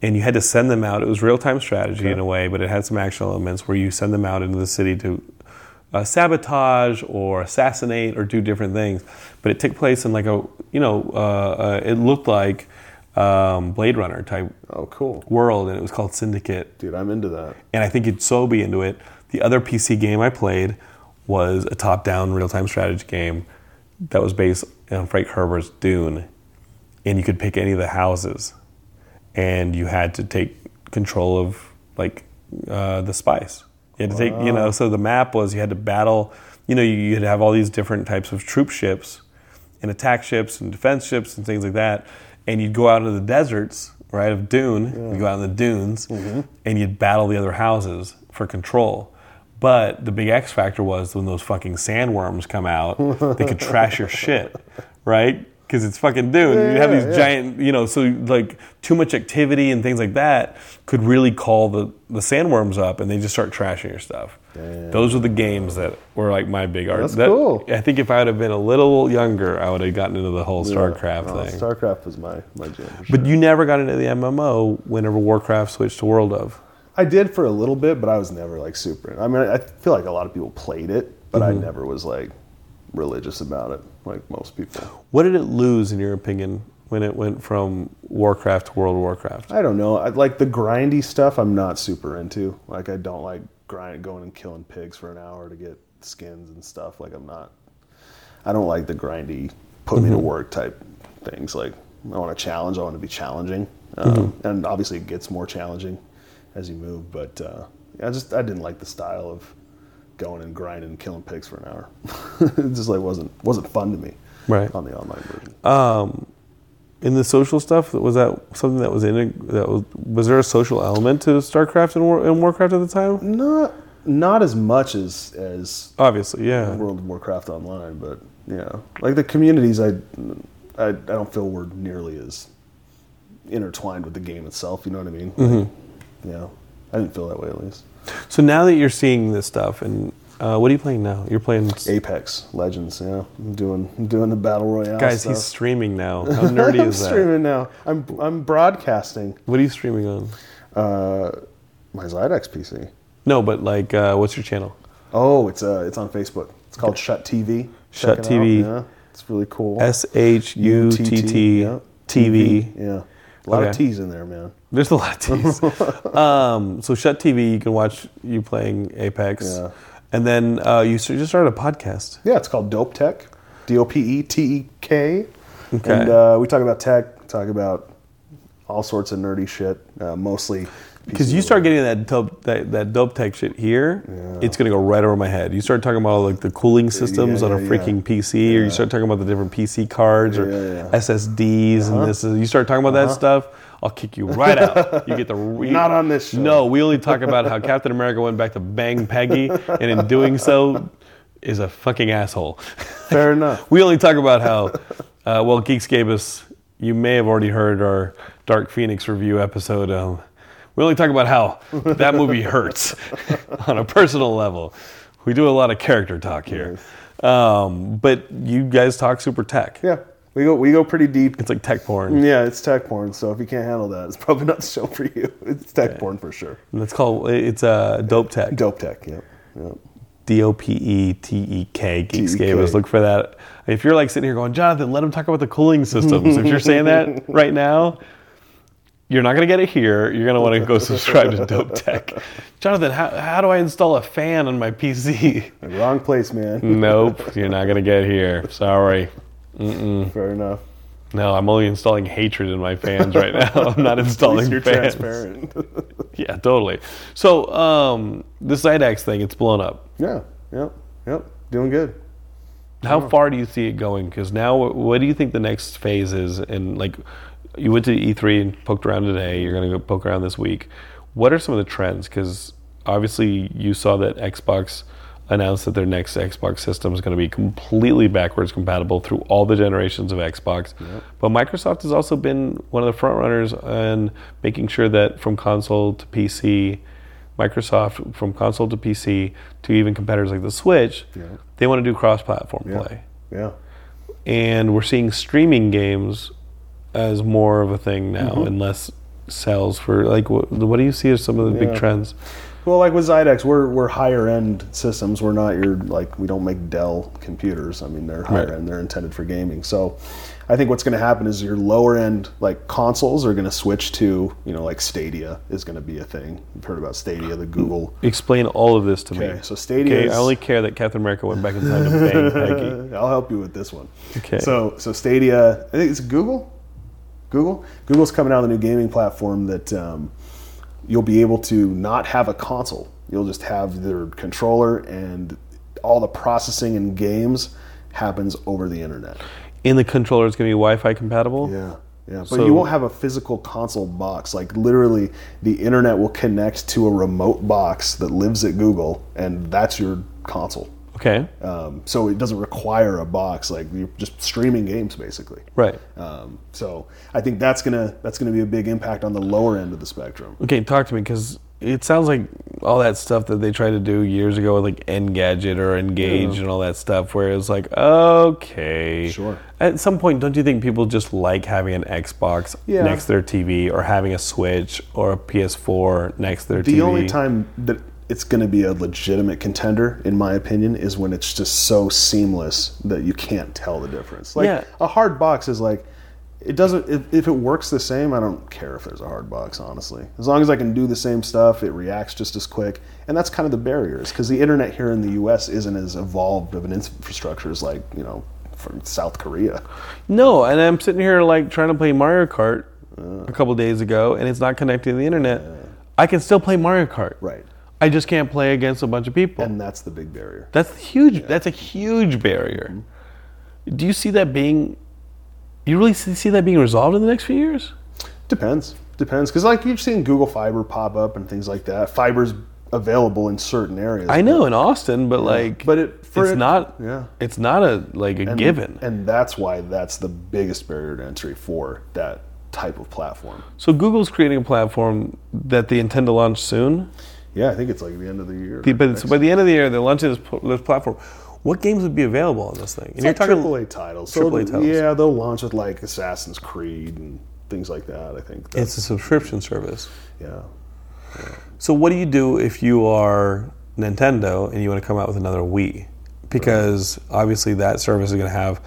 [SPEAKER 2] and you had to send them out. It was real time strategy in a way, but it had some action elements where you send them out into the city to uh, sabotage or assassinate or do different things. But it took place in like a you know, uh, uh, it looked like um, Blade Runner type
[SPEAKER 3] Oh, cool,
[SPEAKER 2] world, and it was called Syndicate
[SPEAKER 3] dude. I'm into that.
[SPEAKER 2] and I think you'd so be into it. The other PC game I played was a top-down real-time strategy game that was based on Frank Herbert's Dune, and you could pick any of the houses, and you had to take control of like uh, the spice. You had to take, you know, so the map was you had to battle. You know, you- you'd have all these different types of troop ships, and attack ships and defense ships and things like that. And you'd go out into the deserts, right, of Dune. You'd go out in the dunes and you'd battle the other houses for control. But the big X factor was when those fucking sandworms come out, they could trash your shit, right? Because it's fucking Dune. you have these giant, you know, so like too much activity and things like that could really call the, the sandworms up and they just start trashing your stuff. Those were the games that were like my big art.
[SPEAKER 3] That's
[SPEAKER 2] that-
[SPEAKER 3] cool.
[SPEAKER 2] I think if I would have been a little younger, I would have gotten into the whole StarCraft
[SPEAKER 3] Yeah. Oh, No,
[SPEAKER 2] thing.
[SPEAKER 3] StarCraft was my my jam. for sure.
[SPEAKER 2] but you never got into the MMO whenever Warcraft switched to World of.
[SPEAKER 3] I did for a little bit, but I was never like super. I mean, I feel like a lot of people played it, but
[SPEAKER 2] Mm-hmm.
[SPEAKER 3] I never was like religious about it, like most people.
[SPEAKER 2] What did it lose, in your opinion, when it went from Warcraft to World of Warcraft?
[SPEAKER 3] I don't know. I, like the grindy stuff, I'm not super into. Like I don't like grind going and killing pigs for an hour to get skins and stuff. Like I'm not. I don't like the grindy, put me to work type things. Like I want to challenge. I want to be challenging, um, and obviously it gets more challenging as you move. But uh, I just I didn't like the style of going and grinding and killing pigs for an hour. it just like wasn't wasn't fun to me.
[SPEAKER 2] Right.
[SPEAKER 3] on the online version.
[SPEAKER 2] In the social stuff, was that something that was in that was was there a social element to StarCraft and, War, and Warcraft at the time?
[SPEAKER 3] not not as much as as
[SPEAKER 2] Obviously, yeah.
[SPEAKER 3] World of Warcraft online, but yeah, like the communities I I, I don't feel we're nearly as intertwined with the game itself. You know what I mean? Like,
[SPEAKER 2] Mm-hmm.
[SPEAKER 3] yeah, I didn't feel that way at least.
[SPEAKER 2] So now that you're seeing this stuff, and uh, what are you playing now? You're playing.
[SPEAKER 3] Apex Legends, yeah, I'm doing I'm doing the battle royale.
[SPEAKER 2] Guys,
[SPEAKER 3] stuff.
[SPEAKER 2] he's streaming now. How nerdy
[SPEAKER 3] I'm
[SPEAKER 2] is that?
[SPEAKER 3] streaming now. I'm I'm broadcasting uh,
[SPEAKER 2] What are you streaming on?
[SPEAKER 3] my Zydex PC.
[SPEAKER 2] No, but like, uh, what's your channel?
[SPEAKER 3] Oh, it's uh, it's on Facebook. It's called Shut TV.
[SPEAKER 2] Shut
[SPEAKER 3] Check it out,
[SPEAKER 2] TV.
[SPEAKER 3] Yeah, it's really cool.
[SPEAKER 2] S H U T T
[SPEAKER 3] yeah.
[SPEAKER 2] TV.
[SPEAKER 3] Yeah, a lot of
[SPEAKER 2] Okay.
[SPEAKER 3] T's in there, man.
[SPEAKER 2] There's a lot of T's. um, so Shut TV, you can watch you playing Apex,
[SPEAKER 3] Yeah.
[SPEAKER 2] and then uh, you s- just started a podcast.
[SPEAKER 3] Yeah, it's called Dope Tech. D O P E T E K.
[SPEAKER 2] Okay.
[SPEAKER 3] And uh, we talk about tech, talk about all sorts of nerdy shit, uh, mostly.
[SPEAKER 2] Because you start getting that dope, that, that dope tech shit here, it's gonna go right over my head. You start talking about like the cooling systems on a
[SPEAKER 3] yeah, yeah.
[SPEAKER 2] freaking PC, or you start talking about the different PC cards or
[SPEAKER 3] Yeah, Uh-huh. yeah.
[SPEAKER 2] SSDs, and this. You start talking about that stuff, I'll kick you right out. You get the re-
[SPEAKER 3] Not on this show.
[SPEAKER 2] No, we only talk about how Captain America went back to bang Peggy, and in doing so, is a fucking asshole.
[SPEAKER 3] Fair enough.
[SPEAKER 2] We only talk about how, uh, well, Geekscape is, you may have already heard our Dark Phoenix review episode. Um, we only talk about how that movie hurts on a personal level. We do a lot of character talk here. Um, but you guys talk super tech.
[SPEAKER 3] Yeah, we go we go pretty deep.
[SPEAKER 2] It's like tech porn.
[SPEAKER 3] Yeah, it's tech porn. So if you can't handle that, it's probably not the show for you. It's tech porn for sure.
[SPEAKER 2] And it's called, it's uh, Dope Tech.
[SPEAKER 3] Dope Tech. Yep. Yep.
[SPEAKER 2] D O P E T E K Geekscape.
[SPEAKER 3] T E
[SPEAKER 2] Is
[SPEAKER 3] K.
[SPEAKER 2] look for that. If you're like sitting here going, Jonathan, let him talk about the cooling systems. if you're saying that right now, you're not gonna get it here. You're gonna want to go subscribe to Dope Tech. Jonathan, how, how do I install a fan on my PC?
[SPEAKER 3] Wrong place, man.
[SPEAKER 2] nope, you're not gonna get here. Sorry. Hmm.
[SPEAKER 3] Fair enough.
[SPEAKER 2] No, I'm only installing hatred in my fans right now. I'm not
[SPEAKER 3] At
[SPEAKER 2] installing
[SPEAKER 3] least you're
[SPEAKER 2] fans.
[SPEAKER 3] transparent.
[SPEAKER 2] Yeah, totally. So um, the Zydex thing, it's blown up.
[SPEAKER 3] yeah. Yep. Yep. Doing good.
[SPEAKER 2] How far do you see it going? Because now, wh- what do you think the next phase is? And like, you went to E3 and poked around today. You're going to go poke around this week. What are some of the trends? Because obviously, you saw that Xbox announced that their next Xbox system is going to be completely backwards compatible through all the generations of Xbox. But Microsoft has also been one of the front runners on making sure that from console to PC, Microsoft from console to PC to even competitors like the Switch, they want to do cross-platform play,
[SPEAKER 3] Yeah.
[SPEAKER 2] and we're seeing streaming games as more of a thing now
[SPEAKER 3] Mm-hmm.
[SPEAKER 2] and less sales for like what, what do you see as some of the big trends?
[SPEAKER 3] Well, like with Zydex, we're we're higher end systems. We're not your like we don't make Dell computers. I mean, they're higher end. They're intended for gaming. So, I think what's going to happen is your lower end like consoles are going to switch to you know like Stadia is going to be a thing. You've heard about Stadia, the Google.
[SPEAKER 2] Explain all of this to me.
[SPEAKER 3] Okay, so Stadia
[SPEAKER 2] Okay,
[SPEAKER 3] is-
[SPEAKER 2] I only care that Captain America went back in time to bang Peggy.
[SPEAKER 3] I'll help you with this one.
[SPEAKER 2] Okay.
[SPEAKER 3] So so Stadia, I think it's Google. Google. Google's coming out with a new gaming platform that um, you'll be able to not have a console. You'll just have their controller and all the processing and games happens over the internet.
[SPEAKER 2] In the controller, it's going to be Wi-Fi compatible.
[SPEAKER 3] Yeah. Yeah, but
[SPEAKER 2] So-
[SPEAKER 3] you won't have a physical console box. Like literally, the internet will connect to a remote box that lives at Google, and that's your console.
[SPEAKER 2] Okay.
[SPEAKER 3] Um, so it doesn't require a box. Like you're just streaming games, basically.
[SPEAKER 2] right.
[SPEAKER 3] Um, so I think that's gonna that's gonna be a big impact on the lower end of the spectrum.
[SPEAKER 2] Okay, talk to me because it sounds like all that stuff that they tried to do years ago with like Engadget or Engage and all that stuff, where it's like, okay,
[SPEAKER 3] Sure.
[SPEAKER 2] At some point, don't you think people just like having an Xbox
[SPEAKER 3] Yeah.
[SPEAKER 2] next to their TV or having a Switch or a PS4 next to their
[SPEAKER 3] The
[SPEAKER 2] TV?
[SPEAKER 3] only time that it's gonna be a legitimate contender, in my opinion, is when it's just so seamless that you can't tell the difference. Like
[SPEAKER 2] Yeah.
[SPEAKER 3] a hard box is like it doesn't if, if it works the same i don't care if there's a hard box honestly as long as i can do the same stuff it reacts just as quick and that's kind of the barriers because the internet here in the us isn't as evolved of an infrastructure as like you know from south korea
[SPEAKER 2] No, and I'm sitting here like trying to play Mario Kart a couple days ago, and it's not connected to the internet. I can still play Mario Kart.
[SPEAKER 3] Right.
[SPEAKER 2] I just can't play against a bunch of people.
[SPEAKER 3] and that's the big barrier
[SPEAKER 2] That's huge. That's a huge barrier. Do you see that being? You really see see that being resolved in the next few years?
[SPEAKER 3] Depends. Depends. Because, like, you've seen Google Fiber pop up and things like that. Fiber's available in certain areas.
[SPEAKER 2] I know in Austin, but like,
[SPEAKER 3] But it- for
[SPEAKER 2] it's
[SPEAKER 3] it-
[SPEAKER 2] not.
[SPEAKER 3] yeah.
[SPEAKER 2] It's not a like a
[SPEAKER 3] And-
[SPEAKER 2] given.
[SPEAKER 3] And that's why that's the biggest barrier to entry for that type of platform.
[SPEAKER 2] so Google's creating a platform that they intend to launch soon.
[SPEAKER 3] Yeah, I think it's like the end of the year.
[SPEAKER 2] The- but it's, by the end of the year, they're launching this, pl- this platform. What games would be available on this thing? And
[SPEAKER 3] It's like AAA titles. So
[SPEAKER 2] AAA titles.
[SPEAKER 3] Yeah, they'll launch with like Assassin's Creed and things like that. I think. That's,
[SPEAKER 2] It's a subscription service.
[SPEAKER 3] yeah.
[SPEAKER 2] So what do you do if you are Nintendo and you want to come out with another Wii? Because obviously that service is going to have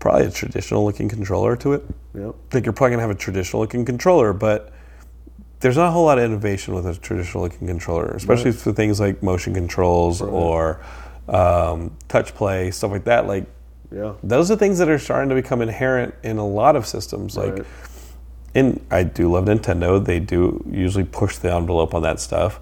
[SPEAKER 2] probably a traditional looking controller to it.
[SPEAKER 3] Yep.
[SPEAKER 2] Like you're probably going to have a traditional looking controller, but there's not a whole lot of innovation with a traditional looking controller, especially for things like motion controls or um, touch play stuff like that. Like
[SPEAKER 3] Yeah.
[SPEAKER 2] those are things that are starting to become inherent in a lot of systems. Like
[SPEAKER 3] Right.
[SPEAKER 2] and I do love Nintendo. They do usually push the envelope on that stuff,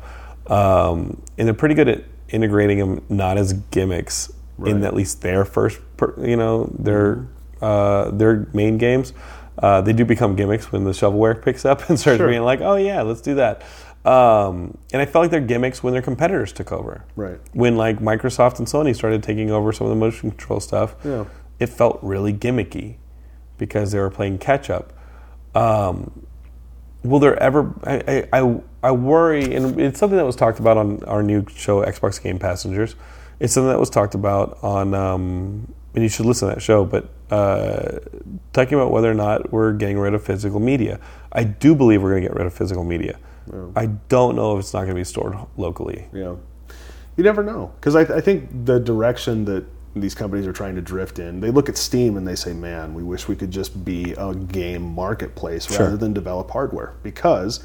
[SPEAKER 2] um, and they're pretty good at integrating them not as gimmicks in at least their first, per, you know, their
[SPEAKER 3] Mm-hmm.
[SPEAKER 2] uh, their main games. Uh, they do become gimmicks when the shovelware picks up and starts being like, "Oh yeah, let's do that." Um, and I felt like they're gimmicks when their competitors took over.
[SPEAKER 3] Right.
[SPEAKER 2] When like Microsoft and Sony started taking over some of the motion control stuff,
[SPEAKER 3] Yeah.
[SPEAKER 2] it felt really gimmicky because they were playing catch up. Um, will there ever? I, I, I, I worry, and it's something that was talked about on our new show, Xbox Game Passengers. It's something that was talked about on, um, and you should listen to that show, but uh, talking about whether or not we're getting rid of physical media. I do believe we're going to get rid of physical media. I don't know if it's not going to be stored locally.
[SPEAKER 3] Yeah. You never know. Because I, I think the direction that these companies are trying to drift in, they look at Steam and they say, man, we wish we could just be a game marketplace rather than develop hardware. Because,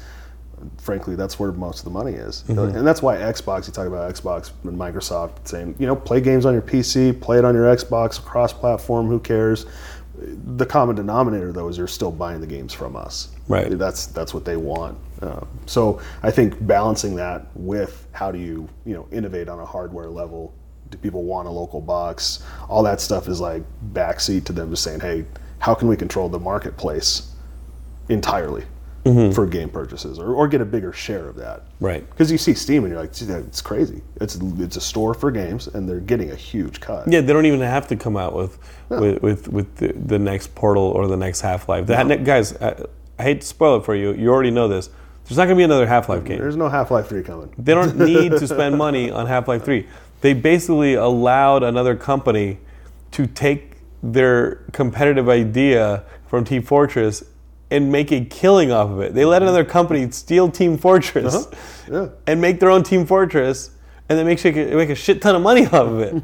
[SPEAKER 3] frankly, that's where most of the money is. And that's why Xbox, you talk about Xbox and Microsoft saying, you know, play games on your PC, play it on your Xbox, cross platform, who cares? The common denominator, though, is you're still buying the games from us.
[SPEAKER 2] Right.
[SPEAKER 3] That's that's what they want. Uh, so I think balancing that with how do you you know innovate on a hardware level? Do people want a local box? All that stuff is like backseat to them just saying, hey, how can we control the marketplace entirely
[SPEAKER 2] Mm-hmm.
[SPEAKER 3] for game purchases, or, or get a bigger share of that?
[SPEAKER 2] Right.
[SPEAKER 3] Because you see Steam and you're like, "Gee, it's crazy. It's it's a store for games, and they're getting a huge cut.
[SPEAKER 2] Yeah, they don't even have to come out with with, with, with the, the next Portal or the next Half Life. That ne- guys, I, I hate to spoil it for you. You already know this. There's not going to be another Half Life game.
[SPEAKER 3] There's no Half Life Three coming.
[SPEAKER 2] They don't need to spend money on Half Life Three. They basically allowed another company to take their competitive idea from Team Fortress and make a killing off of it. They let another company steal Team Fortress
[SPEAKER 3] Yeah.
[SPEAKER 2] and make their own Team Fortress, and they make shit- make a shit ton of money off of it.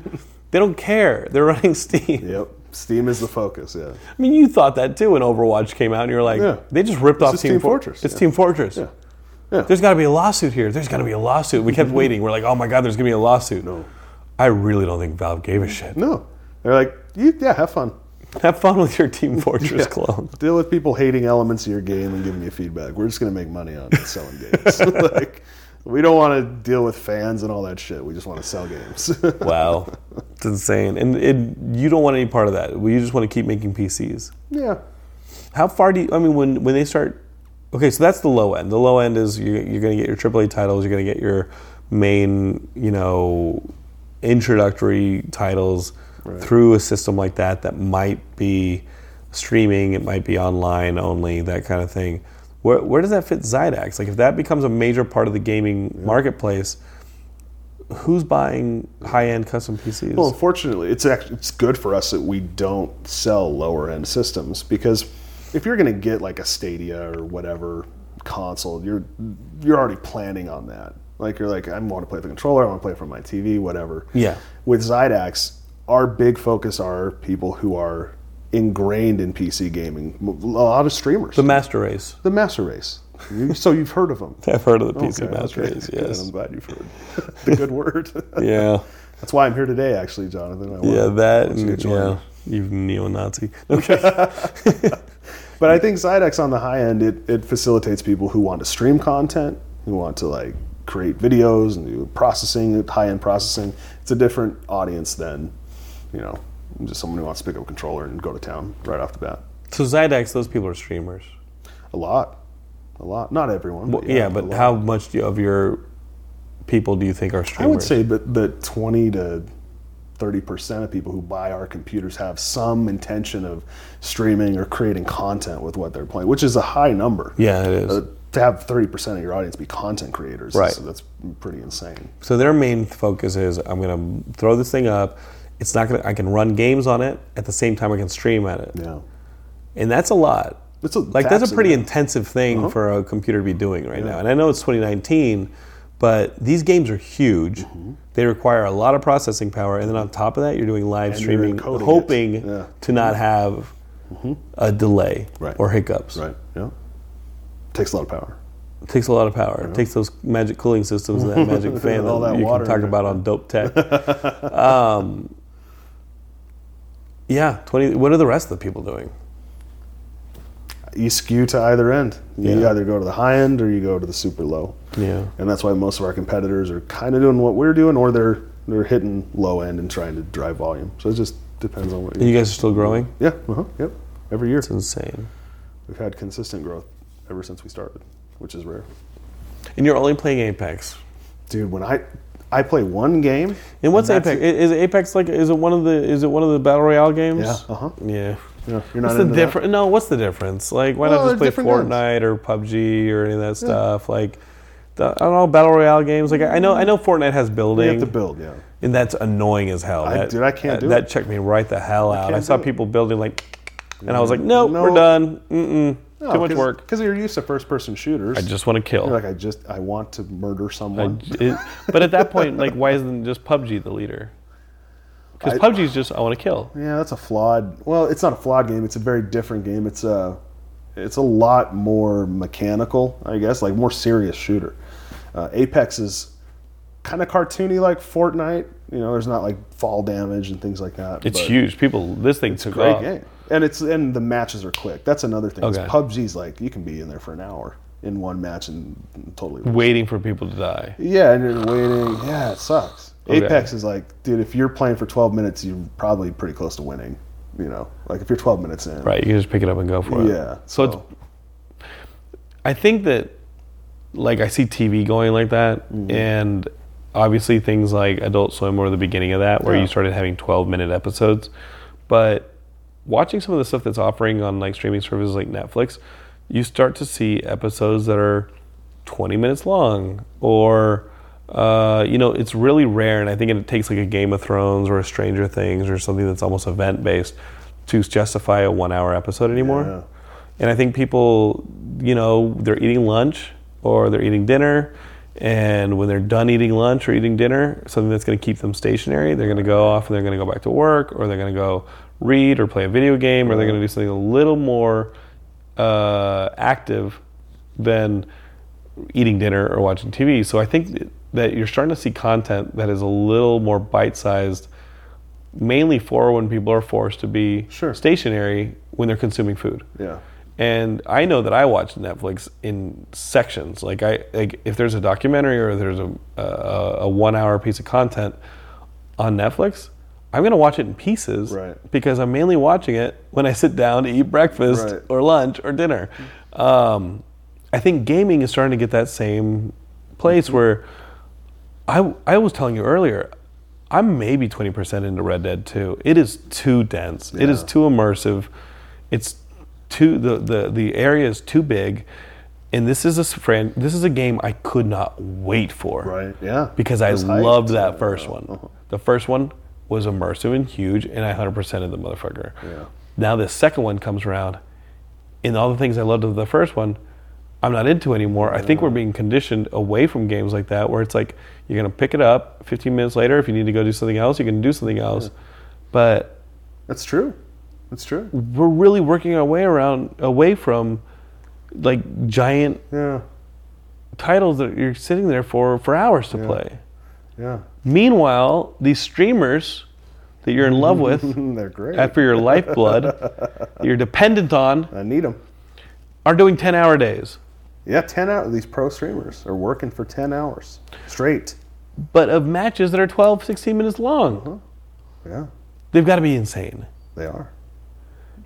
[SPEAKER 2] they don't care. They're running Steam.
[SPEAKER 3] Yep. Steam is the focus. Yeah.
[SPEAKER 2] I mean, you thought that too when Overwatch came out, and you were like,
[SPEAKER 3] Yeah.
[SPEAKER 2] they just ripped off
[SPEAKER 3] is
[SPEAKER 2] Team,
[SPEAKER 3] Team
[SPEAKER 2] For-
[SPEAKER 3] Fortress,
[SPEAKER 2] It's
[SPEAKER 3] yeah.
[SPEAKER 2] Team Fortress.
[SPEAKER 3] Yeah. Yeah. Mm-hmm.
[SPEAKER 2] There's got to be a lawsuit here. There's got to be a lawsuit. We kept waiting. We're like, oh my God, there's going to be a lawsuit.
[SPEAKER 3] No.
[SPEAKER 2] I really don't think Valve gave a shit.
[SPEAKER 3] No. They're like, "You- yeah, have fun.
[SPEAKER 2] Have fun with your Team Fortress clone.
[SPEAKER 3] Deal with people hating elements of your game and giving you feedback. We're just going to make money on selling games. like, we don't want to deal with fans and all that shit. We just want to sell games.
[SPEAKER 2] Wow. It's insane. And it, you don't want any part of that. You just want to keep making PCs.
[SPEAKER 3] yeah.
[SPEAKER 2] How far do you? I mean, when when they start, okay, so that's the low end. The low end is you, you're going to get your AAA titles, you're going to get your main, you know, introductory titles through a system like that that might be streaming, it might be online only, that kind of thing. Where where does that fit Zydax? Like, if that becomes a major part of the gaming marketplace. Who's buying high-end custom PCs?
[SPEAKER 3] Well, unfortunately, it's actually it's good for us that we don't sell lower end systems because if you're going to get like a Stadia or whatever console, you're you're already planning on that. Like you're like, I want to play with the controller, I want to play it from my TV, whatever.
[SPEAKER 2] Yeah.
[SPEAKER 3] With Zydax, our big focus are people who are ingrained in PC gaming. A lot of streamers.
[SPEAKER 2] the Master Race.
[SPEAKER 3] the master race. You- so you've heard of them.
[SPEAKER 2] I've heard of the PC
[SPEAKER 3] Okay,
[SPEAKER 2] Master
[SPEAKER 3] okay.
[SPEAKER 2] Race.
[SPEAKER 3] Good, I'm
[SPEAKER 2] Yes.
[SPEAKER 3] glad you've heard the good word.
[SPEAKER 2] Yeah.
[SPEAKER 3] That's why I'm here today, actually, Jonathan. I wanna-
[SPEAKER 2] Yeah, that
[SPEAKER 3] want you to
[SPEAKER 2] and,
[SPEAKER 3] join
[SPEAKER 2] yeah,
[SPEAKER 3] me.
[SPEAKER 2] you neo-Nazi. Okay,
[SPEAKER 3] But I think Zydex on the high end, it, it facilitates people who want to stream content, who want to like create videos and do processing, high end processing. It's a different audience than, you know, just someone who wants to pick up a controller and go to town right off the bat.
[SPEAKER 2] so Zydex, those people are streamers.
[SPEAKER 3] A lot, a lot. Not everyone. But
[SPEAKER 2] Well, yeah,
[SPEAKER 3] a
[SPEAKER 2] but
[SPEAKER 3] lot.
[SPEAKER 2] how much do you, of your people do you think are
[SPEAKER 3] I
[SPEAKER 2] streamers?
[SPEAKER 3] would say that, that 20 to 30% of people who buy our computers have some intention of streaming or creating content with what they're playing, which is a high number.
[SPEAKER 2] Yeah, it is.
[SPEAKER 3] Uh, to have 30% of your audience be content creators,
[SPEAKER 2] Right.
[SPEAKER 3] is- that's pretty insane.
[SPEAKER 2] So their main focus is I'm going to throw this thing up. It's not going to I can run games on it at the same time I can stream at it.
[SPEAKER 3] Yeah.
[SPEAKER 2] And that's a lot.
[SPEAKER 3] It's a
[SPEAKER 2] like that's a
[SPEAKER 3] taxing,
[SPEAKER 2] pretty
[SPEAKER 3] yeah. Uh-huh.
[SPEAKER 2] intensive thing for a computer to be doing right now. And I know it's 2019, but these games are huge.
[SPEAKER 3] Mm-hmm.
[SPEAKER 2] They require a lot of processing power, and then on top of that, you're doing live
[SPEAKER 3] And you're
[SPEAKER 2] streaming,
[SPEAKER 3] encoding it.
[SPEAKER 2] hoping
[SPEAKER 3] Yeah. Mm-hmm.
[SPEAKER 2] to not have a delay
[SPEAKER 3] Right.
[SPEAKER 2] or hiccups.
[SPEAKER 3] Right. Yeah. Takes a lot of power.
[SPEAKER 2] It takes a lot of power. It takes those magic cooling systems and that magic fan
[SPEAKER 3] All
[SPEAKER 2] that,
[SPEAKER 3] that
[SPEAKER 2] you
[SPEAKER 3] water
[SPEAKER 2] can talk
[SPEAKER 3] in it.
[SPEAKER 2] about on Dope Tech. um, yeah, twenty. What are the rest of the people doing?
[SPEAKER 3] You skew to either end. You
[SPEAKER 2] Yeah.
[SPEAKER 3] either go to the high end or you go to the super low.
[SPEAKER 2] Yeah.
[SPEAKER 3] And that's why most of our competitors are kind of doing what we're doing or they're they're hitting low end and trying to drive volume. So it just depends on what
[SPEAKER 2] And
[SPEAKER 3] you
[SPEAKER 2] you guys are still growing.
[SPEAKER 3] Yeah, uh-huh, yep. Every year.
[SPEAKER 2] It's insane.
[SPEAKER 3] We've had consistent growth ever since we started, which is rare.
[SPEAKER 2] And you're only playing Apex.
[SPEAKER 3] Dude, when I I play one game,
[SPEAKER 2] And what's
[SPEAKER 3] That's
[SPEAKER 2] Apex? I- Is Apex like? Is it one of the? Is it one of the battle royale games?
[SPEAKER 3] Yeah, uh-huh.
[SPEAKER 2] Yeah.
[SPEAKER 3] Yeah,
[SPEAKER 2] What's
[SPEAKER 3] you're not
[SPEAKER 2] the
[SPEAKER 3] into that?
[SPEAKER 2] difference? No, what's the difference? Like, why
[SPEAKER 3] Well,
[SPEAKER 2] not just play
[SPEAKER 3] they're different
[SPEAKER 2] Fortnite or PUBG or any of that stuff? Like, the, I don't know battle royale games. Like, I I know, I know Fortnite has
[SPEAKER 3] you
[SPEAKER 2] building.
[SPEAKER 3] have to build, yeah.
[SPEAKER 2] And that's annoying as hell.
[SPEAKER 3] I-
[SPEAKER 2] that,
[SPEAKER 3] dude, I can't
[SPEAKER 2] that,
[SPEAKER 3] do
[SPEAKER 2] That
[SPEAKER 3] it.
[SPEAKER 2] checked me right the hell out. I,
[SPEAKER 3] can't
[SPEAKER 2] saw
[SPEAKER 3] do it. Mm.
[SPEAKER 2] people building like, and I was like, nope,
[SPEAKER 3] No.
[SPEAKER 2] we're done. Mm-mm, too much work.
[SPEAKER 3] Because you're used to first person shooters.
[SPEAKER 2] I just want to kill.
[SPEAKER 3] You're like I just I want to murder
[SPEAKER 2] I
[SPEAKER 3] someone.
[SPEAKER 2] j- it- but at that point, like, why isn't just PUBG the leader? Because
[SPEAKER 3] I-
[SPEAKER 2] PUBG is just I want to kill.
[SPEAKER 3] yeah, that's a flawed. Well, it's not a flawed game. It's a very different game. It's a it's a lot more mechanical, I guess, like more serious shooter. Uh, Apex is kind of cartoony, like Fortnite. You know, there's not like fall damage and things like that.
[SPEAKER 2] It's
[SPEAKER 3] but-
[SPEAKER 2] huge. People, this thing took
[SPEAKER 3] Great
[SPEAKER 2] off.
[SPEAKER 3] game. And it's and the matches are quick. That's another thing. is
[SPEAKER 2] Okay.
[SPEAKER 3] PUBG's like you can be in there for an hour in one match and totally
[SPEAKER 2] Waiting for people to die.
[SPEAKER 3] Yeah, and you're waiting. Yeah, it sucks.
[SPEAKER 2] Okay.
[SPEAKER 3] Apex is like, dude, if you're playing for 12 minutes, you're probably pretty close to winning. You know, like if you're 12 minutes in.
[SPEAKER 2] Right, you can just pick it up and go for it.
[SPEAKER 3] Yeah,
[SPEAKER 2] So, it's.
[SPEAKER 3] so-
[SPEAKER 2] I think that, like, I see TV going like that,
[SPEAKER 3] Mm-hmm.
[SPEAKER 2] and obviously things like Adult Swim were the beginning of that, where
[SPEAKER 3] Yeah.
[SPEAKER 2] you started having twelve-minute episodes. But watching some of the stuff that's offering on like streaming services like Netflix, you start to see episodes that are twenty minutes long, or uh, you know, it's really rare, and I think it takes like a Game of Thrones or a Stranger Things or something that's almost event-based to justify a one-hour episode anymore.
[SPEAKER 3] Yeah.
[SPEAKER 2] And I think people, you know, they're eating lunch or they're eating dinner. And when they're done eating lunch or eating dinner, something that's going to keep them stationary, they're going to go off and they're going to go back to work or they're going to go read or play a video game or they're going to do something a little more uh, active than eating dinner or watching TV. So I think that you're starting to see content that is a little more bite sized, mainly for when people are forced to be
[SPEAKER 3] Sure.
[SPEAKER 2] stationary when they're consuming food.
[SPEAKER 3] Yeah.
[SPEAKER 2] And I know that I watch Netflix in sections. Like I like if there's a documentary or there's a a, a one hour piece of content on Netflix, I'm gonna watch it in pieces
[SPEAKER 3] Right.
[SPEAKER 2] because I'm mainly watching it when I sit down to eat breakfast
[SPEAKER 3] Right. Mm-hmm.
[SPEAKER 2] or lunch or dinner. Um, I think gaming is starting to get that same place
[SPEAKER 3] Mm-hmm.
[SPEAKER 2] where I I was telling you earlier. I'm maybe 20% into Red Dead 2. It is too dense. It is
[SPEAKER 3] Yeah.
[SPEAKER 2] too immersive. It's too the, the the area is too big, and this is a s- fran- this is a game I could not wait for.
[SPEAKER 3] Right, yeah.
[SPEAKER 2] Because I
[SPEAKER 3] It's hyped.
[SPEAKER 2] loved that first one.
[SPEAKER 3] Uh-huh.
[SPEAKER 2] The first one was immersive and huge, and I 100%ed the motherfucker.
[SPEAKER 3] Yeah.
[SPEAKER 2] Now the second one comes around, and all the things I loved of the first one, I'm not into anymore. I think we're being conditioned away from games like that, where it's like you're gonna pick it up 15 minutes later. If you need to go do something else, you can do something else. But
[SPEAKER 3] That's true. That's true.
[SPEAKER 2] we're really working our way around away from like giant
[SPEAKER 3] Yeah.
[SPEAKER 2] titles that you're sitting there for for hours to play.
[SPEAKER 3] Yeah.
[SPEAKER 2] Meanwhile, these streamers that you're in love with,
[SPEAKER 3] They're great.
[SPEAKER 2] after Uh, your lifeblood, that you're dependent on,
[SPEAKER 3] I need them.
[SPEAKER 2] are doing 10 hour days.
[SPEAKER 3] Yeah, 10 hours. These pro streamers are working for 10 hours straight.
[SPEAKER 2] But of matches that are 12, 16 minutes long,
[SPEAKER 3] Uh-huh. Yeah,
[SPEAKER 2] they've got to be insane.
[SPEAKER 3] they are.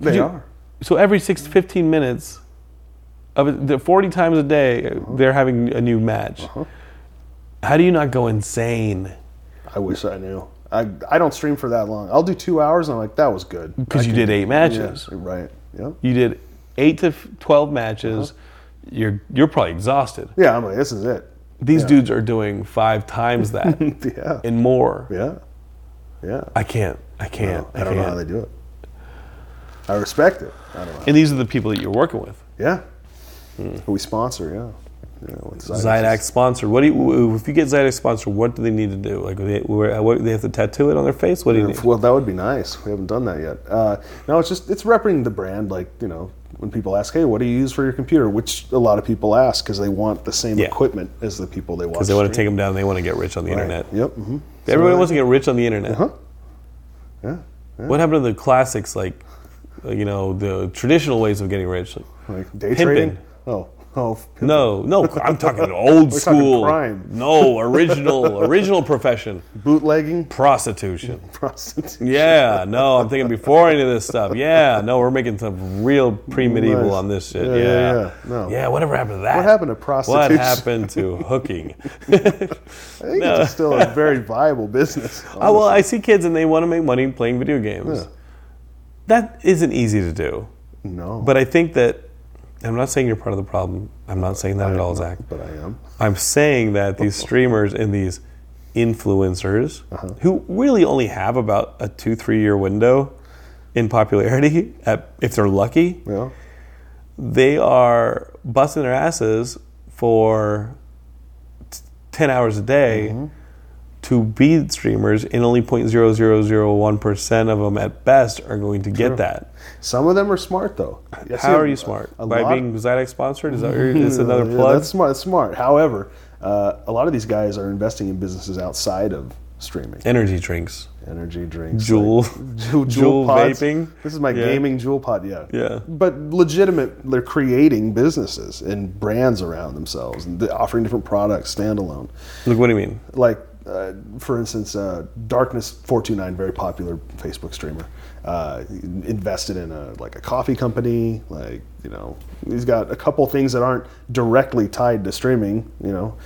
[SPEAKER 3] They
[SPEAKER 2] you-
[SPEAKER 3] are.
[SPEAKER 2] So every six to 15 minutes, uh, of
[SPEAKER 3] Uh-huh.
[SPEAKER 2] it, the 40 times a day, they're having a new match. How do you not go insane?
[SPEAKER 3] I wish I knew. I, I don't stream for that long. I'll do two hours, and I'm like, that was good.
[SPEAKER 2] Because you did eight matches.
[SPEAKER 3] Yes, right. Yep.
[SPEAKER 2] You did eight to f- twelve matches.
[SPEAKER 3] Uh-huh.
[SPEAKER 2] You're you're probably exhausted.
[SPEAKER 3] Yeah, I'm like, this is it.
[SPEAKER 2] These dudes are doing five times that
[SPEAKER 3] Yeah.
[SPEAKER 2] and more.
[SPEAKER 3] Yeah. Yeah. Oh,
[SPEAKER 2] I can't. I can't.
[SPEAKER 3] I don't know
[SPEAKER 2] can't.
[SPEAKER 3] how they do it. I respect it. I don't know.
[SPEAKER 2] And these are the people that you're working with.
[SPEAKER 3] Yeah.
[SPEAKER 2] Hmm.
[SPEAKER 3] Who we sponsor, yeah. yeah with Zydex.
[SPEAKER 2] Zydex sponsor. What do you? If you get Zydex sponsor, what do they need to do? Like, they, where, uh, what, they have to tattoo it on their face. What do you need?
[SPEAKER 3] Well, that would be nice. We haven't done that yet. Uh, no, it's just it's repping the brand. Like you know, when people ask, "Hey, what do you use for your computer?" Which a lot of people ask because they want the same
[SPEAKER 2] Yeah.
[SPEAKER 3] equipment as the people they watch.
[SPEAKER 2] Because they want to take them down. They want to get rich on the internet.
[SPEAKER 3] Yep. hmm
[SPEAKER 2] Everybody wants to get rich on the internet.
[SPEAKER 3] Yeah.
[SPEAKER 2] What happened to the classics, like uh, you know, the traditional ways of getting rich? Like,
[SPEAKER 3] Like day
[SPEAKER 2] Pimpin'.
[SPEAKER 3] trading. Oh, oh.
[SPEAKER 2] no, no, I'm talking old
[SPEAKER 3] We're talking
[SPEAKER 2] school.
[SPEAKER 3] crime.
[SPEAKER 2] No, original, original profession,
[SPEAKER 3] Bootlegging
[SPEAKER 2] prostitution.
[SPEAKER 3] prostitution.
[SPEAKER 2] Yeah, no, I'm thinking before any of this stuff. Yeah, no, we're making some real pre-medieval
[SPEAKER 3] Nice.
[SPEAKER 2] on this shit. Yeah,
[SPEAKER 3] Yeah, yeah, yeah. No.
[SPEAKER 2] Yeah, whatever happened to that?
[SPEAKER 3] What happened to
[SPEAKER 2] What
[SPEAKER 3] prostitution?
[SPEAKER 2] happened to hooking?
[SPEAKER 3] I think it's still a very viable business.
[SPEAKER 2] oh, well, I see kids and they want to make money playing video games. That isn't easy to do.
[SPEAKER 3] no,
[SPEAKER 2] But I think that I'm not saying you're part of the problem. I'm not saying that at all, Zach.
[SPEAKER 3] but I am.
[SPEAKER 2] I'm saying that
[SPEAKER 3] Oh.
[SPEAKER 2] these streamers and these influencers
[SPEAKER 3] Uh-huh.
[SPEAKER 2] who really only have about a two, three year window in popularity, at, if they're lucky,
[SPEAKER 3] Yeah.
[SPEAKER 2] they are busting their asses for t- 10 hours a day
[SPEAKER 3] Mm-hmm.
[SPEAKER 2] to be streamers, and only 0.0001% of them at best are going to get that.
[SPEAKER 3] Some of them are smart though. I see
[SPEAKER 2] How
[SPEAKER 3] a-
[SPEAKER 2] are you smart?
[SPEAKER 3] a
[SPEAKER 2] By
[SPEAKER 3] lot-
[SPEAKER 2] being Zydex sponsored? Is that is another
[SPEAKER 3] Yeah,
[SPEAKER 2] plug?
[SPEAKER 3] That's smart. That's smart. However, uh, a lot of these guys are investing in businesses outside of streaming.
[SPEAKER 2] Energy drinks.
[SPEAKER 3] Energy drinks,
[SPEAKER 2] Juul.
[SPEAKER 3] like- Juul, Juul
[SPEAKER 2] Juul
[SPEAKER 3] pods.
[SPEAKER 2] vaping.
[SPEAKER 3] This is my
[SPEAKER 2] Yeah.
[SPEAKER 3] gaming Juul pod. Yeah,
[SPEAKER 2] Yeah.
[SPEAKER 3] But legitimate, they're creating businesses and brands around themselves and they're offering different products standalone.
[SPEAKER 2] Look, what do you mean?
[SPEAKER 3] like uh, for instance, uh, Darkness four two nine, very popular Facebook streamer, uh, invested in a like a coffee company. Like you know, he's got a couple things that aren't directly tied to streaming. You know,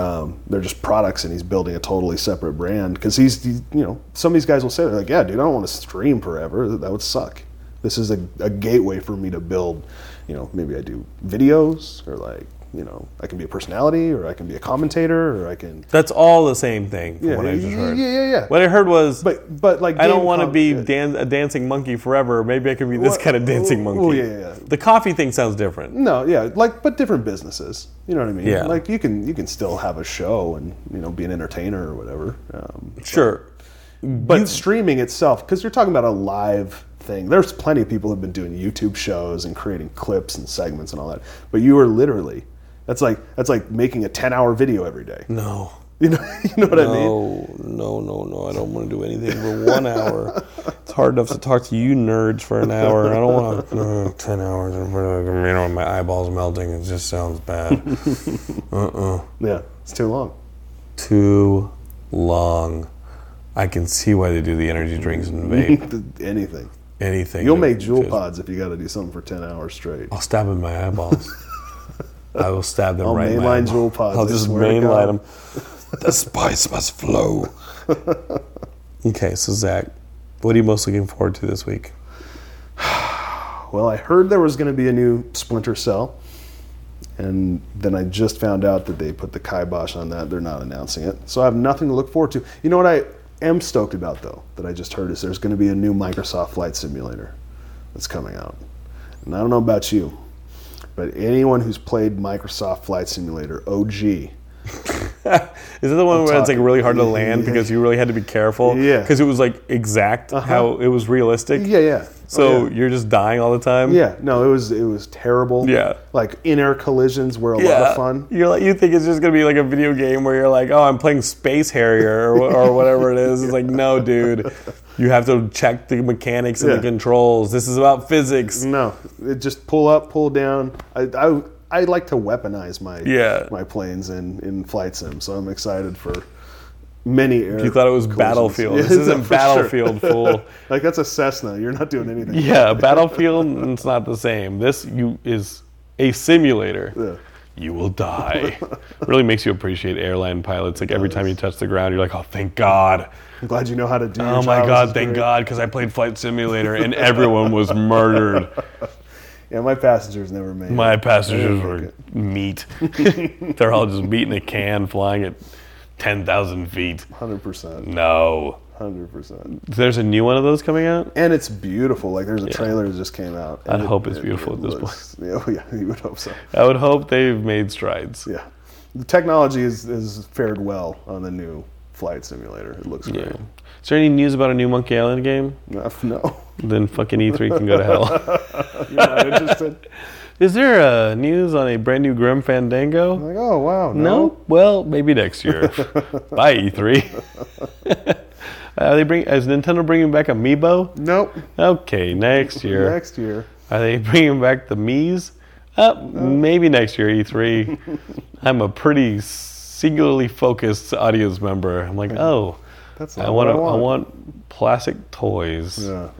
[SPEAKER 3] um, they're just products, and he's building a totally separate brand because he's he- you know some of these guys will say they're like, yeah, dude, I don't want to stream forever. That would suck. This is a, a gateway for me to build. You know, maybe I do videos or like. You know, I can be a personality, or I can be a commentator, or I can
[SPEAKER 2] That's all the same thing from
[SPEAKER 3] Yeah,
[SPEAKER 2] what I just
[SPEAKER 3] yeah,
[SPEAKER 2] heard.
[SPEAKER 3] yeah, yeah, yeah.
[SPEAKER 2] What I heard was,
[SPEAKER 3] But but like
[SPEAKER 2] I don't
[SPEAKER 3] game
[SPEAKER 2] want to
[SPEAKER 3] com-
[SPEAKER 2] be
[SPEAKER 3] yeah.
[SPEAKER 2] dan- a dancing monkey forever. Maybe I could be this
[SPEAKER 3] Well,
[SPEAKER 2] kind of dancing
[SPEAKER 3] well,
[SPEAKER 2] monkey.
[SPEAKER 3] Oh, yeah, yeah, Mm. yeah.
[SPEAKER 2] The coffee thing sounds different.
[SPEAKER 3] no yeah like but different businesses you know what I mean
[SPEAKER 2] Yeah.
[SPEAKER 3] like you can you can still have a show and you know be an entertainer or whatever um,
[SPEAKER 2] Sure.
[SPEAKER 3] but streaming itself because you're talking about a live thing there's plenty of people who've been doing YouTube shows and creating clips and segments and all that but you are literally that's like that's like making a 10 hour video every day
[SPEAKER 2] No.
[SPEAKER 3] you know you know what I mean
[SPEAKER 2] No, no, no, no. I don't want to do anything for one hour. It's hard enough to talk to you nerds for an hour. I don't want to. Uh, 10 hours in front of, you know, my eyeball's melting. It just sounds bad.
[SPEAKER 3] yeah it's too long
[SPEAKER 2] Too long. I can see why they do the energy drinks and vape.
[SPEAKER 3] anything
[SPEAKER 2] Anything.
[SPEAKER 3] you'll make jewel
[SPEAKER 2] Just-
[SPEAKER 3] pods if you got to do something for 10 hours straight
[SPEAKER 2] I'll stab in my eyeballs. I will stab them
[SPEAKER 3] I'll
[SPEAKER 2] right in my
[SPEAKER 3] mainline
[SPEAKER 2] eyeball.
[SPEAKER 3] jewel pods,
[SPEAKER 2] I'll
[SPEAKER 3] I
[SPEAKER 2] just
[SPEAKER 3] swear to
[SPEAKER 2] mainline
[SPEAKER 3] God.
[SPEAKER 2] them. The spice must flow. okay, so Zach, what are you most looking forward to this week?
[SPEAKER 3] Well, I heard there was going to be a new Splinter Cell, and then I just found out that they put the kibosh on that. They're not announcing it, so I have nothing to look forward to. You know what I am stoked about though that I just heard is there's going to be a new Microsoft Flight Simulator that's coming out, and I don't know about you, but anyone who's played Microsoft Flight Simulator OG.
[SPEAKER 2] Is it the one where it's like
[SPEAKER 3] talking-
[SPEAKER 2] really hard to land because you really had to be careful?
[SPEAKER 3] Yeah. Uh-huh.
[SPEAKER 2] Because it was like exact how it was realistic.
[SPEAKER 3] Yeah, yeah.
[SPEAKER 2] So
[SPEAKER 3] Oh, yeah.
[SPEAKER 2] you're just dying all the time.
[SPEAKER 3] Yeah, no, it was it was terrible.
[SPEAKER 2] Yeah.
[SPEAKER 3] like in-air collisions were a lot of fun.
[SPEAKER 2] You're like you think it's just gonna be like a video game where you're like, oh, I'm playing Space Harrier or, or whatever it is. It's like, no, dude, you have to check the mechanics and the
[SPEAKER 3] Yeah. Mm.
[SPEAKER 2] controls. This is about physics.
[SPEAKER 3] No, it just pull up, pull down. I, I, I like to weaponize my
[SPEAKER 2] Yeah.
[SPEAKER 3] my planes in, in flight sim, so I'm excited for many air.
[SPEAKER 2] You thought it was
[SPEAKER 3] collisions.
[SPEAKER 2] Battlefield.
[SPEAKER 3] Yeah,
[SPEAKER 2] This isn't
[SPEAKER 3] for sure.
[SPEAKER 2] Battlefield, fool.
[SPEAKER 3] like that's a Cessna. You're not doing anything.
[SPEAKER 2] Yeah, Battlefield. It's not the same. This you is a simulator. you will die. really makes you appreciate airline pilots. Like every time you touch the ground, you're like, oh, thank God.
[SPEAKER 3] I'm glad you know how to do. your
[SPEAKER 2] Oh my
[SPEAKER 3] job. This
[SPEAKER 2] God,
[SPEAKER 3] is
[SPEAKER 2] thank
[SPEAKER 3] great.
[SPEAKER 2] God, because I played Flight Simulator and everyone was murdered.
[SPEAKER 3] Yeah, my passengers never made. it.
[SPEAKER 2] My passengers were meat. They're all just meat in a can flying at 10,000 feet.
[SPEAKER 3] Hundred percent,
[SPEAKER 2] No.
[SPEAKER 3] hundred percent,
[SPEAKER 2] There's a new one of those coming out?
[SPEAKER 3] and it's beautiful. Like there's a trailer that just came out. and
[SPEAKER 2] I hope it's beautiful at this
[SPEAKER 3] looks- Yeah, well, yeah, you would hope so.
[SPEAKER 2] I would hope they've made strides.
[SPEAKER 3] Yeah, the technology is is fared well on the new flight simulator. It looks great.
[SPEAKER 2] Is there any news about a new Monkey Island game?
[SPEAKER 3] No, no.
[SPEAKER 2] Then fucking E3 can go to hell.
[SPEAKER 3] you're not interested.
[SPEAKER 2] Is there uh, news on a brand new Grim Fandango?
[SPEAKER 3] Like, oh wow, no.
[SPEAKER 2] No? Well, maybe next year. Bye, E3. Are they bring? Is Nintendo bringing back Amiibo?
[SPEAKER 3] Nope.
[SPEAKER 2] Okay, next year.
[SPEAKER 3] Next year.
[SPEAKER 2] Are they bringing back the Mii's? Uh, maybe next year, E3. I'm a pretty singularly focused audience member. I'm like, oh,
[SPEAKER 3] That's
[SPEAKER 2] I
[SPEAKER 3] not
[SPEAKER 2] want,
[SPEAKER 3] what I
[SPEAKER 2] I
[SPEAKER 3] want."
[SPEAKER 2] want plastic toys.
[SPEAKER 3] Yeah.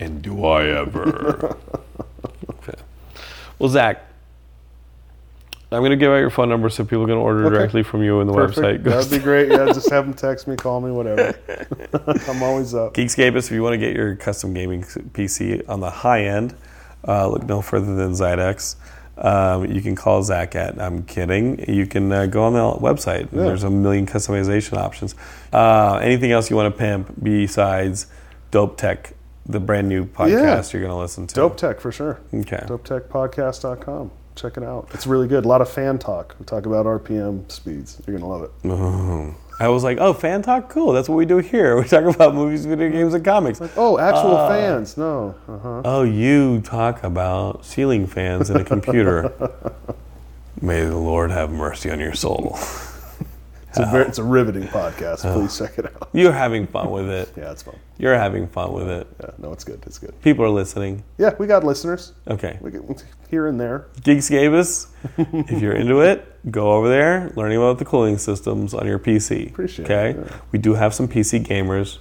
[SPEAKER 2] And do I ever? okay. Well, Zach, I'm going to give out your phone number so people can order
[SPEAKER 3] Okay.
[SPEAKER 2] directly from you and the website.
[SPEAKER 3] Perfect. That'd be great. Yeah, just have them text me, call me, whatever. I'm always up.
[SPEAKER 2] Geekscapist, if you want to get your custom gaming PC on the high end, uh, look no further than Zydex. Um, you can call Zach at, I'm kidding. You can uh, go on the website. and There's a million customization options. Uh, anything else you want to pimp besides Dope Tech, the brand new podcast you're going to listen to?
[SPEAKER 3] Dope Tech for sure.
[SPEAKER 2] Okay.
[SPEAKER 3] DopeTechPodcast.com. Check it out. It's really good. A lot of fan talk. We talk about RPM speeds. You're gonna love it.
[SPEAKER 2] I was like, oh, fan talk? Cool. That's what we do here. We talk about movies, video games, and comics.
[SPEAKER 3] Oh, actual
[SPEAKER 2] Uh,
[SPEAKER 3] fans. No. Uh-huh.
[SPEAKER 2] Oh, you talk about ceiling fans and a computer. May the Lord have mercy on your soul.
[SPEAKER 3] It's, a
[SPEAKER 2] uh,
[SPEAKER 3] ver- it's a riveting podcast. Please check it out.
[SPEAKER 2] You're having fun with it.
[SPEAKER 3] Yeah, it's fun.
[SPEAKER 2] You're having fun with it.
[SPEAKER 3] Yeah, no, it's good. It's good.
[SPEAKER 2] People are listening.
[SPEAKER 3] Yeah, we got listeners.
[SPEAKER 2] Okay.
[SPEAKER 3] We get here and there.
[SPEAKER 2] Geeks gave us. If you're into it, go over there, learning about the cooling systems on your PC.
[SPEAKER 3] Appreciate it,
[SPEAKER 2] okay?
[SPEAKER 3] yeah.
[SPEAKER 2] We do have some PC gamers,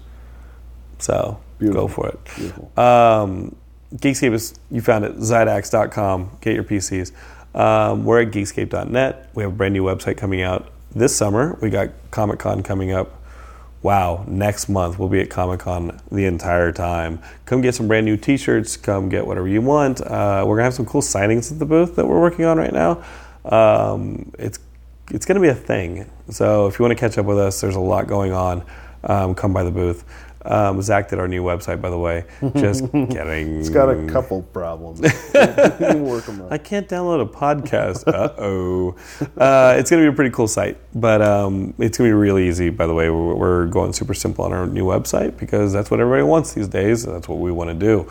[SPEAKER 2] so
[SPEAKER 3] Beautiful.
[SPEAKER 2] go for it.
[SPEAKER 3] Beautiful.
[SPEAKER 2] Um, Geekscape is, you found it, Zydax.com. Get your PCs. Um, we're at geekscape.net. We have a brand new website coming out this summer. We got Comic Con coming up. Wow, next month we'll be at Comic Con the entire time. Come get some brand new t shirts. Come get whatever you want. Uh, we're going to have some cool signings at the booth that we're working on right now. Um, it's it's going to be a thing. So if you want to catch up with us, there's a lot going on. Um, come by the booth. Um, Zach did our new website, by the way. Just kidding.
[SPEAKER 3] It's got a couple problems. We'll work 'em out.
[SPEAKER 2] I can't download a podcast. Uh-oh. Uh, it's going to be a pretty cool site, but um, it's going to be really easy, by the way. We're, we're going super simple on our new website because that's what everybody wants these days. and That's what we want to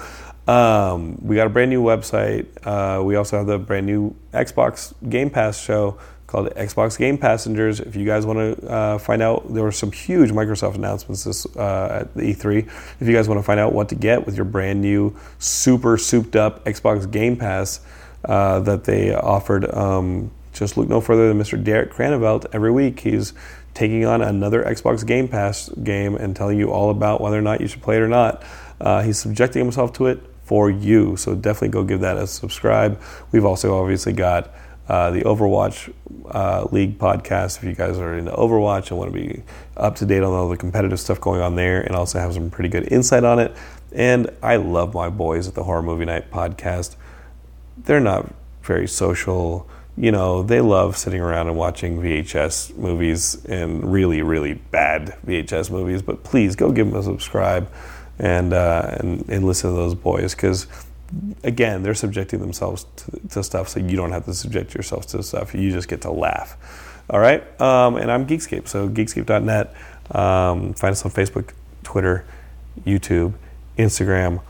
[SPEAKER 2] do. Um, we got a brand new website. Uh, we also have the brand new Xbox Game Pass show called Xbox Game Passengers. If you guys want to uh, find out, there were some huge Microsoft announcements this uh, at the E3. If you guys want to find out what to get with your brand new, super souped up Xbox Game Pass uh, that they offered, um, just look no further than Mr. Derek Cranevelt. Every week, he's taking on another Xbox Game Pass game and telling you all about whether or not you should play it or not. Uh, he's subjecting himself to it for you. So definitely go give that a subscribe. We've also obviously got uh, the Overwatch uh, League podcast if you guys are into Overwatch and want to be up to date on all the competitive stuff going on there and also have some pretty good insight on it. And I love my boys at the Horror Movie Night podcast they're not very social. You know, they love sitting around and watching VHS movies and really, really bad VHS movies. But please go give them a subscribe and uh, and, and listen to those boys because again, they're subjecting themselves to, to stuff, so you don't have to subject yourselves to stuff. You just get to laugh. All right, um, and I'm Geekscape, so geekscape.net. Um, find us on Facebook, Twitter, YouTube, Instagram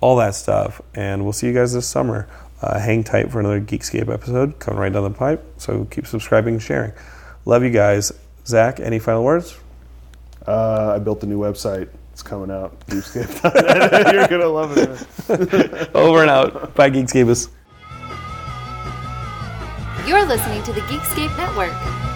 [SPEAKER 2] all that stuff. And we'll see you guys this summer. Uh, hang tight for another Geekscape episode coming right down the pipe. So keep subscribing and sharing. Love you guys. Zach, any final words?
[SPEAKER 3] Uh, I built a new website. It's coming out. Geekscape. You're gonna love it. man.
[SPEAKER 2] Over and out. Bye, Geekscapists.
[SPEAKER 4] You're listening to the Geekscape Network.